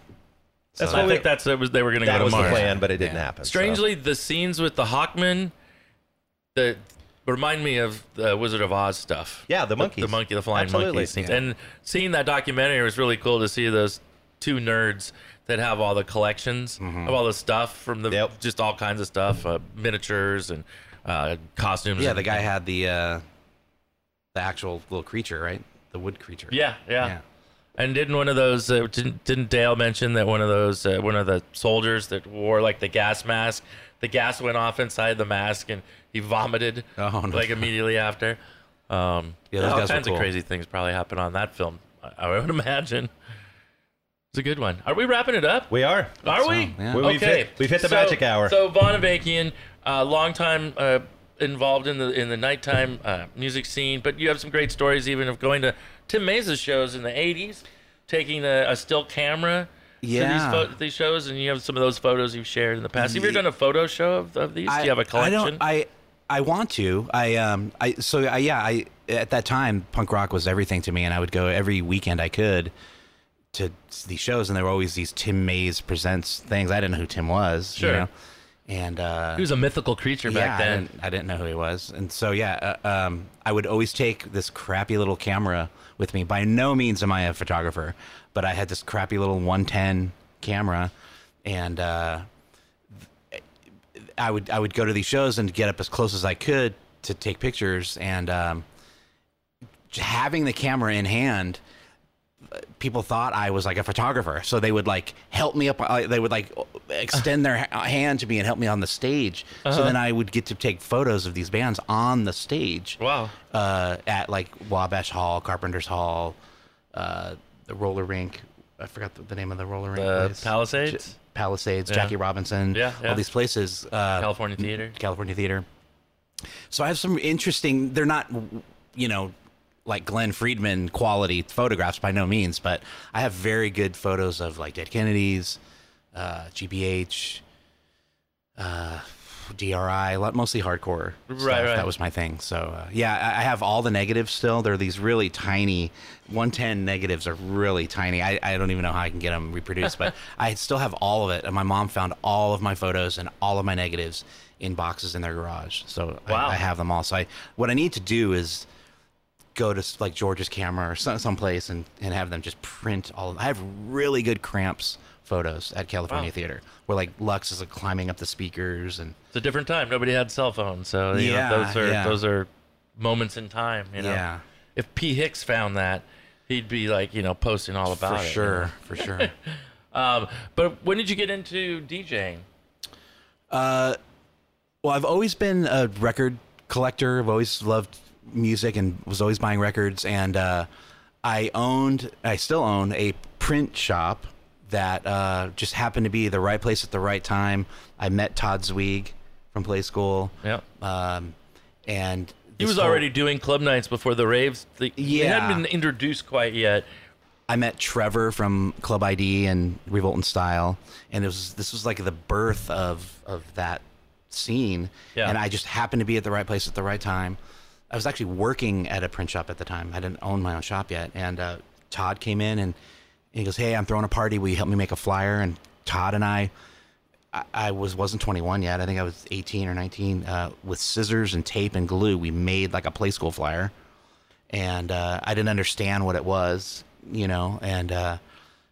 S2: That's
S1: I
S2: what we,
S1: think that's it was they were going to go
S2: that
S1: to
S2: was
S1: Mars.
S2: the plan, but it didn't happen. so.
S1: Strangely, the scenes with the Hawkman that remind me of the Wizard of Oz stuff.
S2: Yeah, the monkeys.
S1: the monkey, the flying
S2: Absolutely.
S1: monkeys. Scenes. And seeing that documentary was really cool to see those two nerds that have all the collections of all the stuff from the
S2: Mm-hmm. Yep.
S1: just all kinds of stuff, uh, miniatures and uh, costumes.
S3: Yeah,
S1: and-
S3: the guy had the uh, the actual little creature, right? The wood creature.
S1: Yeah, yeah.
S3: Yeah.
S1: And didn't one of those uh, didn't, didn't Dale mention that one of those uh, one of the soldiers that wore like the gas mask, the gas went off inside the mask and he vomited
S3: Oh, no.
S1: like immediately after. Um,
S3: Yeah, those
S1: all
S3: guys were
S1: kinds
S3: cool.
S1: of crazy things probably happened on that film. I, I would imagine. It's a good one. Are we wrapping it up?
S2: we are.
S1: Are we?
S3: yeah.
S2: We- we've hit- we've hit the
S1: So-
S2: magic hour.
S1: So Bonavakian, uh, long time uh, involved in the in the nighttime uh, music scene, but you have some great stories even of going to Tim Mays' shows in the '80s, taking a, a still camera.
S3: Yeah.
S1: To these, pho- these shows, and you have some of those photos you've shared in the past. Have you ever done a photo show of, of these? Do you have a collection?
S3: I don't. I I want to. I um. I so I, yeah. I at that time punk rock was everything to me, and I would go every weekend I could to these shows, and there were always these Tim Mays presents things. I didn't know who Tim was.
S1: Sure.
S3: You know? And uh,
S1: he was a mythical creature back
S3: yeah, I
S1: then.
S3: didn't, I didn't know who he was, and so yeah, uh, um, I would always take this crappy little camera with me. By no means am I a photographer, but I had this crappy little 110 camera, and uh, I would I would go to these shows and get up as close as I could to take pictures, and um, having the camera in hand people thought I was like a photographer. So they would like help me up. uh, They would like extend their ha- hand to me and help me on the stage.
S1: Uh-huh.
S3: So then I would get to take photos of these bands on the stage.
S1: Wow.
S3: Uh, at like Wabash Hall, Carpenter's Hall,
S5: uh, the roller rink. I forgot the, the name of the roller rink.
S1: Uh,
S5: place.
S1: Palisades,
S5: Palisades, Jackie Robinson,
S1: Yeah, yeah.
S3: all these places. Uh,
S1: California Theater.
S3: California Theater. So I have some interesting. They're not, you know, like Glenn Friedman quality photographs by no means, but I have very good photos of like dead Kennedys, uh, GBH, uh, DRI, a lot- mostly hardcore. stuff.
S1: Right, right.
S3: That was my thing. So uh, yeah, I, I have all the negatives still. They're these really tiny. 110 negatives are really tiny. I, I don't even know how I can get them reproduced, but I still have all of it. And my mom found all of my photos and all of my negatives in boxes in their garage. So
S1: Wow.
S3: I, I have them all. So I what I need to do is go to like George's camera or some someplace and, and have them just print all of I have really good cramps photos at California
S1: Wow.
S3: Theater where like Lux is like climbing up the speakers and
S1: It's a different time. Nobody had cell phones, so you
S3: Yeah,
S1: know, those are
S3: yeah.
S1: those are moments in time. You know,
S3: Yeah.
S1: if P Hicks found that, he'd be like you know posting all about
S3: for
S1: it.
S3: sure, for sure.
S1: Um, but when did you get into DJing?
S3: Well, I've always been a record collector. I've always loved music and was always buying records. And uh, I owned, I still own a print shop that uh, just happened to be the right place at the right time. I met Todd Zweig from Play School.
S1: Yeah.
S3: Um, and
S1: He
S3: this
S1: was
S3: whole-
S1: already doing club nights before the raves. The, They
S3: Yeah.
S1: hadn't been introduced quite yet.
S3: I met Trevor from Club ID and Revolt and Style, and it was this was like the birth of of that scene.
S1: Yeah.
S3: And I just happened to be at the right place at the right time. I was actually working at a print shop at the time. I didn't own my own shop yet, and uh, Todd came in and, and he goes, "Hey, I'm throwing a party. Will you help me make a flyer?" And Todd and I I- I was wasn't 21 yet. I think I was 18 or 19. Uh, with scissors and tape and glue, we made like a play school flyer, and uh, I didn't understand what it was, you know. And uh,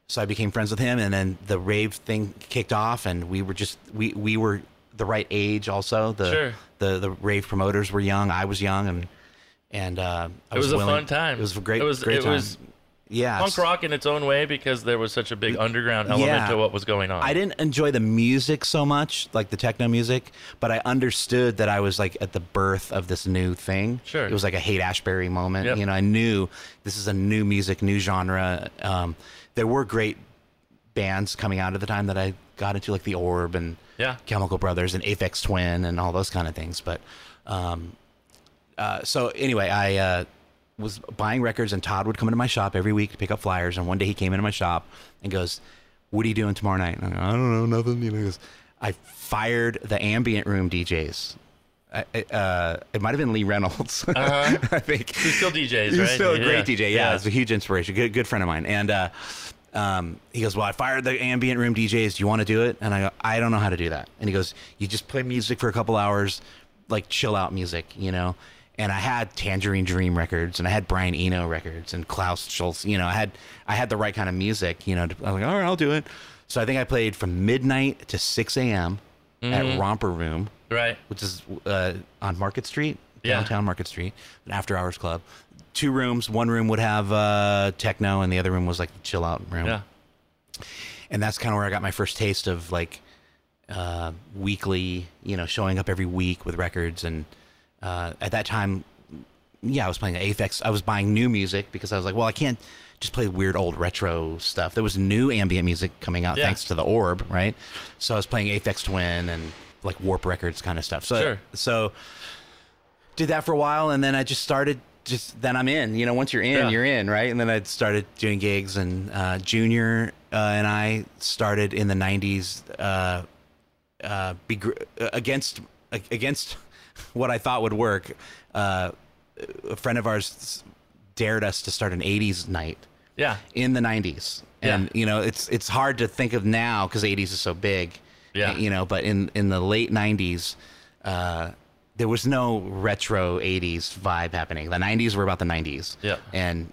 S3: so I became friends with him, and then the rave thing kicked off, and we were just we we were the right age also. The
S1: Sure.
S3: the the rave promoters were young. I was young, and and uh, I
S1: It was, a fun
S3: willing-
S1: time.
S3: It was a great.
S1: It was
S3: great
S1: it
S3: time.
S1: was
S3: yeah.
S1: punk rock in its own way because there was such a big underground element
S3: Yeah.
S1: to what was going on.
S3: I didn't enjoy the music so much, like the techno music, but I understood that I was like at the birth of this new thing.
S1: Sure.
S3: It was like a Hate Ashbury moment.
S1: Yep.
S3: You know, I knew this is a new music, new genre. Um, there were great bands coming out at the time that I got into, like The Orb and
S1: Yeah.
S3: Chemical Brothers and Aphex Twin and all those kind of things. But um, uh, so anyway, I uh, was buying records, and Todd would come into my shop every week to pick up flyers. And one day he came into my shop and goes, "What are you doing tomorrow night?" And I, go, I don't know, nothing. You know, he goes, I fired the ambient room DJs. I, I- uh, it might have been Lee Reynolds, I think.
S1: He still DJs,
S3: He's
S1: right?
S3: still a great
S1: Yeah.
S3: DJ. Yeah,
S1: Yeah.
S3: it's a huge inspiration. Good, good friend of mine. And uh, um, he goes, "Well, I fired the ambient room DJs. Do you want to do it?" And I go, "I don't know how to do that." And he goes, "You just play music for a couple hours, like chill out music, you know." And I had Tangerine Dream records, and I had Brian Eno records, and Klaus Schultz. You know, I had I had the right kind of music. You know, to, I was like, "All right, I'll do it." So I think I played from midnight to six a.m.
S1: Mm-hmm.
S3: at Romper Room
S1: right.
S3: which is uh, on Market Street,
S1: Yeah.
S3: downtown Market Street, an after hours club. Two rooms. One room would have uh, techno, and the other room was like the chill out room.
S1: Yeah.
S3: And that's kind of where I got my first taste of like uh, weekly, you know, showing up every week with records. And uh, at that time, yeah, I was playing Aphex. I was buying new music because I was like, well, I can't just play weird old retro stuff. There was new ambient music coming out
S1: Yeah.
S3: thanks to the Orb, right? So I was playing Aphex Twin and like Warp Records kind of stuff. So,
S1: Sure.
S3: so did that for a while, and then I just started. Just then, I'm in. You know, once you're in,
S1: Yeah.
S3: you're in, right? And then I started doing gigs, and uh, Junior uh, and I started in the '90s. Uh, uh, begr- uh, against ag- against what I thought would work. Uh, a friend of ours dared us to start an '80s night
S1: Yeah.
S3: in the '90s, and
S1: Yeah.
S3: you know it's it's hard to think of now because '80s is so big. eh,
S1: Yeah.
S3: you know, but in in the late '90s. Uh, there was no retro 80s vibe happening. The 90s were about the 90s.
S1: Yeah.
S3: And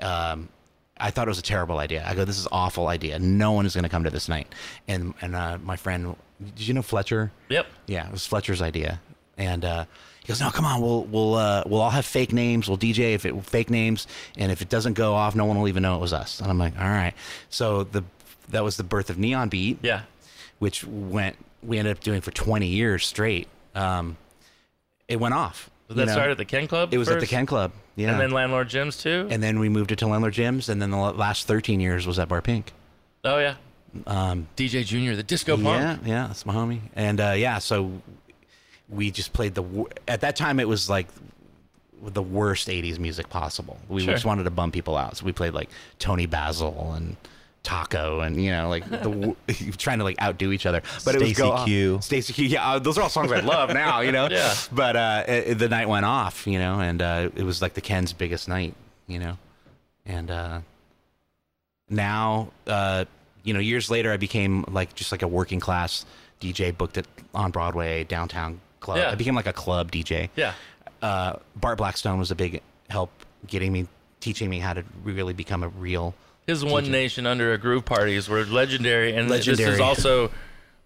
S3: um, I thought it was a terrible idea. I go, this is awful idea. No one is going to come to this night. And and uh, my friend, did you know Fletcher?
S1: Yep.
S3: Yeah, it was Fletcher's idea, and uh, he goes, "No, come on, we'll we'll uh, we'll all have fake names. We'll DJ if it fake names, and if it doesn't go off, no one will even know it was us." And I'm like, "All right." So the that was the birth of Neon Beat,
S1: Yeah.
S3: which went we ended up doing for 20 years straight. Um, it went off.
S1: But
S3: you
S1: that
S3: know?
S1: started at the Ken Club.
S3: It was at the
S1: first?
S3: Ken Club. Yeah.
S1: And then Landlord Jim's too.
S3: and then we moved it to Landlord Jim's, and then the la- last 13 years was at Bar Pink.
S1: oh yeah. Um, DJ Junior, the disco punk.
S3: Yeah, yeah, that's my homie. And uh, yeah, so we just played the. wor- At that time, it was like the worst '80s music possible. We
S1: Sure.
S3: just wanted to bum people out, so we played like Tony Basil and Taco, and you know, like the wor- trying to like outdo each other. But it was
S2: Stacy
S3: go off.
S2: Q.
S3: Stacy Q. Yeah, uh, those are all songs I love now. You know.
S1: Yeah.
S3: But uh, it, the night went off, you know, and uh, it was like the Ken's biggest night, you know, and. uh now, uh, you know, years later, I became like just like a working class DJ booked it on Broadway, downtown club.
S1: Yeah.
S3: I became like a club DJ.
S1: Yeah.
S3: Uh, Bart Blackstone was a big help getting me, teaching me how to really become a real.
S1: His One Nation Under a Groove parties were legendary, and this is
S3: Legendary.
S1: also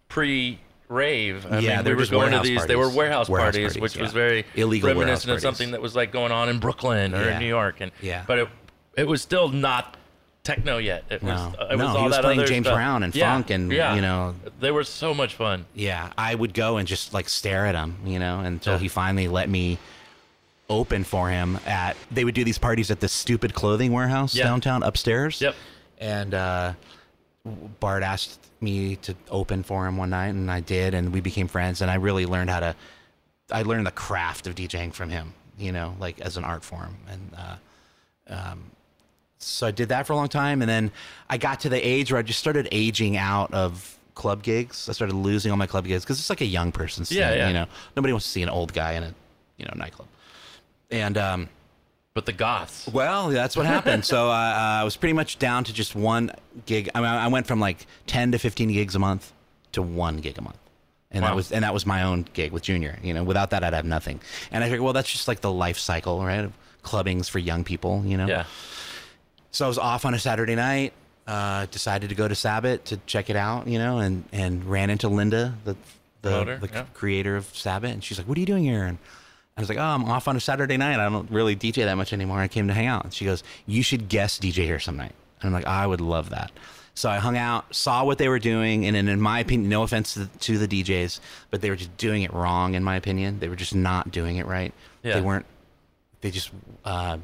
S1: pre rave. I
S3: Yeah,
S1: mean, we
S3: they're
S1: were
S3: just
S1: going to
S3: warehouse
S1: these. They were
S3: parties.
S1: warehouse,
S3: Warehouse
S1: parties,
S3: parties,
S1: which was
S3: yeah.
S1: very
S3: Illegal warehouse
S1: reminiscent of
S3: parties.
S1: something that was like going on in Brooklyn or
S3: Yeah.
S1: in New York, and
S3: Yeah.
S1: but it it was still not techno yet. It was, uh,
S3: No.
S1: it was
S3: No,
S1: all
S3: he was
S1: that
S3: playing
S1: other
S3: James
S1: stuff.
S3: Brown and
S1: Yeah,
S3: funk and,
S1: yeah.
S3: you know.
S1: they were so much fun.
S3: Yeah, I would go and just like stare at him, you know, until
S1: Yeah.
S3: he finally let me open for him at. They would do these parties at this stupid clothing warehouse
S1: Yeah.
S3: downtown upstairs.
S1: Yep.
S3: and uh, Bart asked me to open for him one night, and I did, and we became friends. And I really learned how to, I learned the craft of DJing from him, you know, like as an art form. And uh, um, so I did that for a long time, and then I got to the age where I just started aging out of club gigs. I started losing all my club gigs because it's like a young person's
S1: Yeah,
S3: thing,
S1: yeah.
S3: you know. Nobody wants to see an old guy in a, you know, nightclub. And um,
S1: But the goths.
S3: well, that's what happened. so uh, uh, I was pretty much down to just one gig. I, mean, I went from like ten to fifteen gigs a month to one gig a month, and
S1: Wow.
S3: that was and that was my own gig with Junior. You know, without that, I'd have nothing. And I figured, well, that's just like the life cycle, right? Of clubbings for young people. You know.
S1: Yeah.
S3: So I was off on a Saturday night. Uh, decided to go to Sabbath to check it out, you know, and, and ran into Linda, the the,
S1: Promoter,
S3: the
S1: yeah.
S3: creator of Sabbath, and she's like, "What are you doing here?" And I was like, "Oh, I'm off on a Saturday night. I don't really DJ that much anymore. I came to hang out." And she goes, "You should guest DJ here some night." And I'm like, "I would love that." So I hung out, saw what they were doing, and, and in my opinion, no offense to the, to the DJs, but they were just doing it wrong. In my opinion, they were just not doing it right.
S1: Yeah.
S3: They weren't. They just. Uh,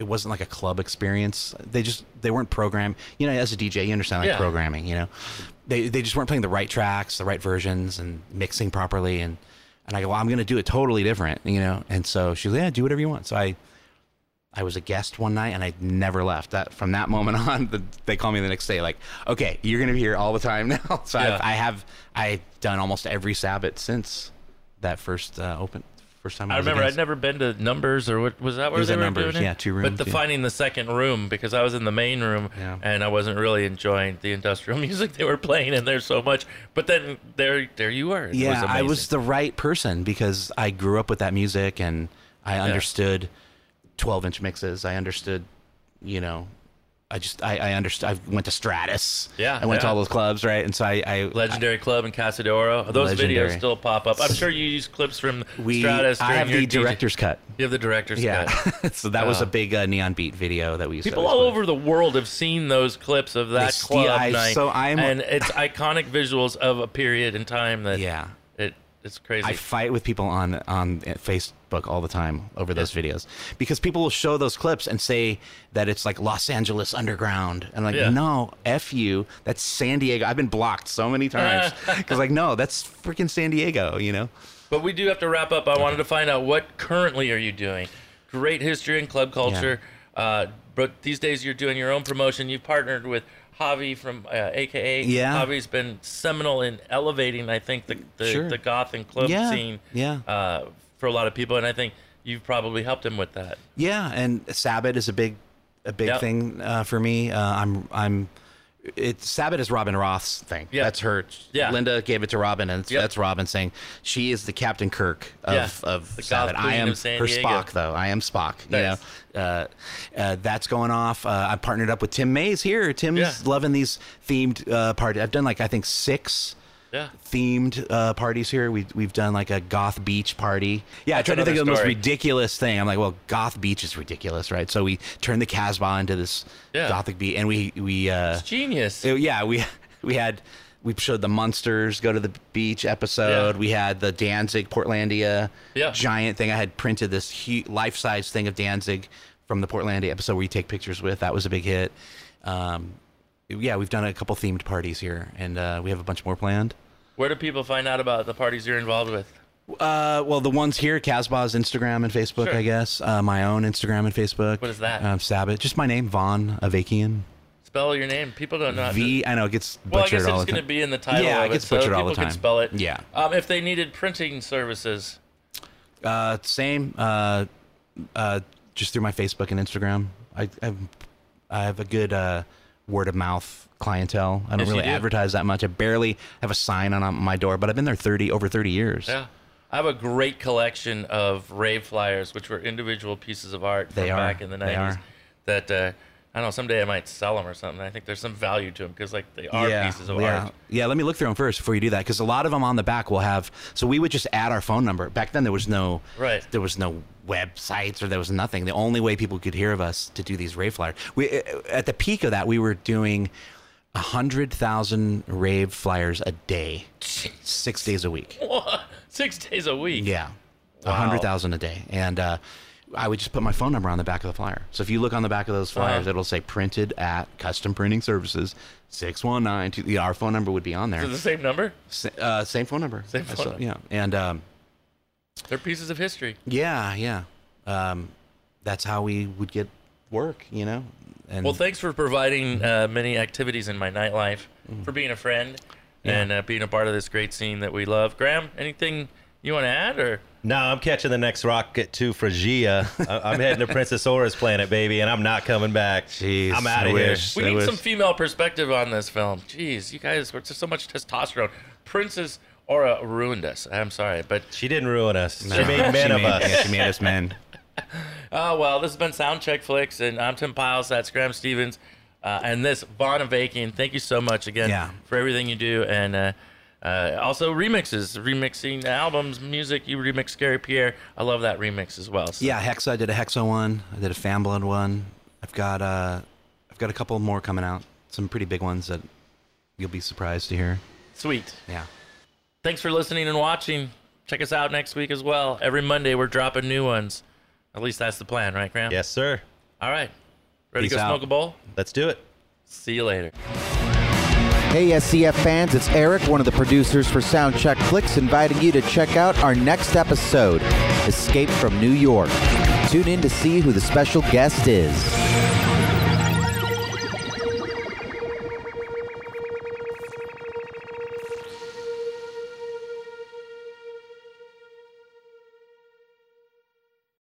S3: it wasn't like a club experience. They just they weren't programmed. You know, as a DJ, you understand like
S1: Yeah.
S3: programming. You know, they they just weren't playing the right tracks, the right versions, and mixing properly. And and I go, well, I'm going to do it totally different. You know, and so she's like, yeah, do whatever you want. So I I was a guest one night and I never left. That from that moment on, the, they call me the next day like, okay, you're going to be here all the time now. so
S1: Yeah.
S3: I've, I have I've done almost every Sabbath since that first uh, open first time.
S1: I
S3: was a
S1: remember
S3: guest.
S1: I'd never been to numbers or what was that where
S3: was
S1: they
S3: at
S1: were
S3: Numbers,
S1: doing it?
S3: yeah, two
S1: But
S3: rooms,
S1: the
S3: yeah.
S1: finding the second room because I was in the main room
S3: Yeah.
S1: and I wasn't really enjoying the industrial music they were playing in there so much. But then there there you were. It
S3: yeah,
S1: was
S3: I was
S1: amazing.
S3: the right person because I grew up with that music and I understood 12 inch mixes. I understood, you know, I just, I, I understood. I went to Stratus.
S1: Yeah,
S3: I went to
S1: yeah.
S3: all those clubs, right? And so I, I,
S1: Legendary Club in Casadoro. Those
S3: Legendary.
S1: videos still pop up. I'm sure you use clips from
S3: we,
S1: Stratus.
S3: I
S1: during
S3: have
S1: your
S3: the
S1: DJ
S3: director's cut.
S1: You have the director's
S3: Yeah.
S1: cut.
S3: so that was
S1: Yeah.
S3: a big uh, Neon Beat video that we used to
S1: People
S3: always
S1: all
S3: put.
S1: over the world have seen those clips of that
S3: see-
S1: club
S3: I-
S1: night,
S3: so I'm-
S1: and it's iconic visuals of a period in time that
S3: Yeah.
S1: it it's crazy.
S3: I fight with people on on Facebook all the time over those videos because people will show those clips and say that it's like Los Angeles underground and like
S1: Yeah.
S3: no f you that's San Diego I've been blocked so many times because like no that's freaking San Diego you know
S1: But we do have to wrap up. I wanted to find out what currently are you doing? Great history in club culture. Uh, but these days you're doing your own promotion. You've partnered with Javi from uh, AKA.
S3: Yeah.
S1: Javi's been seminal in elevating, I think, the the,
S3: Sure.
S1: the goth and club
S3: Yeah,
S1: scene.
S3: yeah.
S1: Uh, for a lot of people, and I think you've probably helped him with that.
S3: Yeah, and Sabbath is a big, a big
S1: Yep.
S3: thing uh, for me. Uh, I'm, I'm. It's Sabbath is Robin Roth's thing.
S1: Yeah.
S3: that's her.
S1: Yeah.
S3: Linda gave it to Robin, and it's-
S1: Yep.
S3: that's Robin saying she is the Captain Kirk of
S1: Yeah.
S3: of
S1: The goth
S3: Sabbath. I
S1: queen
S3: am
S1: of San
S3: her
S1: Diego.
S3: Spock, though. I am Spock.
S1: Nice.
S3: You know, uh, uh, that's going off. Uh, I partnered up with Tim Mays here. Tim's
S1: Yeah.
S3: loving these themed uh, parties. I've done like I think six
S1: Yeah.
S3: themed uh, parties here. We we've done like a goth beach party. Yeah,
S1: That's
S3: I tried to think of
S1: another
S3: the most
S1: story.
S3: ridiculous thing. I'm like, well, goth beach is ridiculous, right? So we turned the Casbah into this
S1: Yeah.
S3: gothic beach, and we we uh,
S1: Genius.
S3: it- yeah we we had we showed the monsters go to the beach episode.
S1: Yeah.
S3: We had the Danzig Portlandia
S1: Yeah.
S3: giant thing. I had printed this huge life size thing of Danzig from the Portlandia episode where you take pictures with. That was a big hit. Um, yeah, we've done a couple themed parties here, and uh, we have a bunch more planned.
S1: Where do people find out about the parties you're involved with?
S3: Uh, well, the ones here, Casbah's Instagram and Facebook,
S1: Sure.
S3: I guess. Uh, my own Instagram and Facebook.
S1: What is that?
S3: Um, Sabbath. Just my name, Vaughn Avakian.
S1: Spell your name. People don't know. how to-
S3: V. I know it gets butchered
S1: Uh, well, I guess
S3: all
S1: it's
S3: the
S1: going to
S3: time.
S1: be in the title.
S3: Yeah,
S1: of
S3: it gets
S1: so
S3: butchered all the
S1: people can
S3: time.
S1: spell it.
S3: Yeah.
S1: Um, if they needed printing services,
S3: Uh, same. Uh, uh, just through my Facebook and Instagram. I I've, I have a good uh, word of mouth clientele. I don't
S1: Yes, you
S3: really
S1: do.
S3: advertise that much. I barely have a sign on, on my door, but I've been there thirty over thirty years.
S1: yeah. I have a great collection of rave flyers, which were individual pieces of art
S3: They
S1: from
S3: are.
S1: back in the
S3: They
S1: 90s.
S3: are.
S1: That uh, I don't know. Someday I might sell them or something. I think there's some value to them because like they are pieces of
S3: yeah.
S1: art.
S3: Yeah, let me look through them first before you do that, because a lot of them on the back will have. So we would just add our phone number. Back then, there was no
S1: Right.
S3: There was no websites or there was nothing. The only way people could hear of us to do these rave flyers. We eh, at the peak of that, we were doing a hundred thousand rave flyers a day, six days a week.
S1: Six days a week.
S3: Yeah, a
S1: Wow.
S3: hundred thousand a day, and uh, I would just put my phone number on the back of the flyer. So if you look on the back of those flyers,
S1: Uh-huh.
S3: it'll say printed at Custom Printing Services six one nine two. Yeah, our phone number would be on there.
S1: Is it the same number?
S3: Sa- uh, same phone number.
S1: Same phone
S3: So,
S1: number.
S3: Yeah, and um,
S1: They're pieces of history.
S3: yeah, yeah. Um, that's how we would get work, you know. And
S1: Well, thanks for providing uh, many activities in my nightlife,
S3: Mm.
S1: for being a friend, and uh, being a part of this great scene that we love. Graham, anything you want to add, or
S2: No, I'm catching the next rocket to Phrygia. I- I'm heading to Princess Aura's planet, baby, and I'm not coming back.
S3: Jeez,
S2: I'm out
S3: I
S2: of here.
S3: wish.
S1: we
S3: There
S1: need
S3: was-
S1: some female perspective on this film? Jeez, you guys, there's so much testosterone. Princess Aura ruined us. I'm sorry, but
S2: She didn't ruin us.
S3: No,
S2: She made men of
S3: made-
S2: us.
S3: yeah, she made us men.
S1: oh well. This has been Soundcheck Flicks, and I'm Tim Piles. That's Graham Stevens, uh, and this Von Avakian. Thank you so much again
S3: Yeah.
S1: for everything you do, and. Uh, uh, also remixes, remixing albums, music. You remix Scary Pierre. I love that remix as well. So.
S3: Yeah, Hexa. I did a Hexa one. I did a Fanblood one. I've got uh, I've got a couple more coming out. Some pretty big ones that you'll be surprised to hear.
S1: Sweet.
S3: Yeah.
S1: Thanks for listening and watching. Check us out next week as well. Every Monday we're dropping new ones. At least that's the plan, right, Graham?
S2: Yes, sir.
S1: All right. Ready to
S3: Peace
S1: go
S3: out.
S1: smoke a bowl?
S2: Let's do it.
S1: See you later.
S6: Hey, SCF fans, it's Eric, one of the producers for Soundcheck Flicks, inviting you to check out our next episode, Escape from New York. Tune in to see who the special guest is.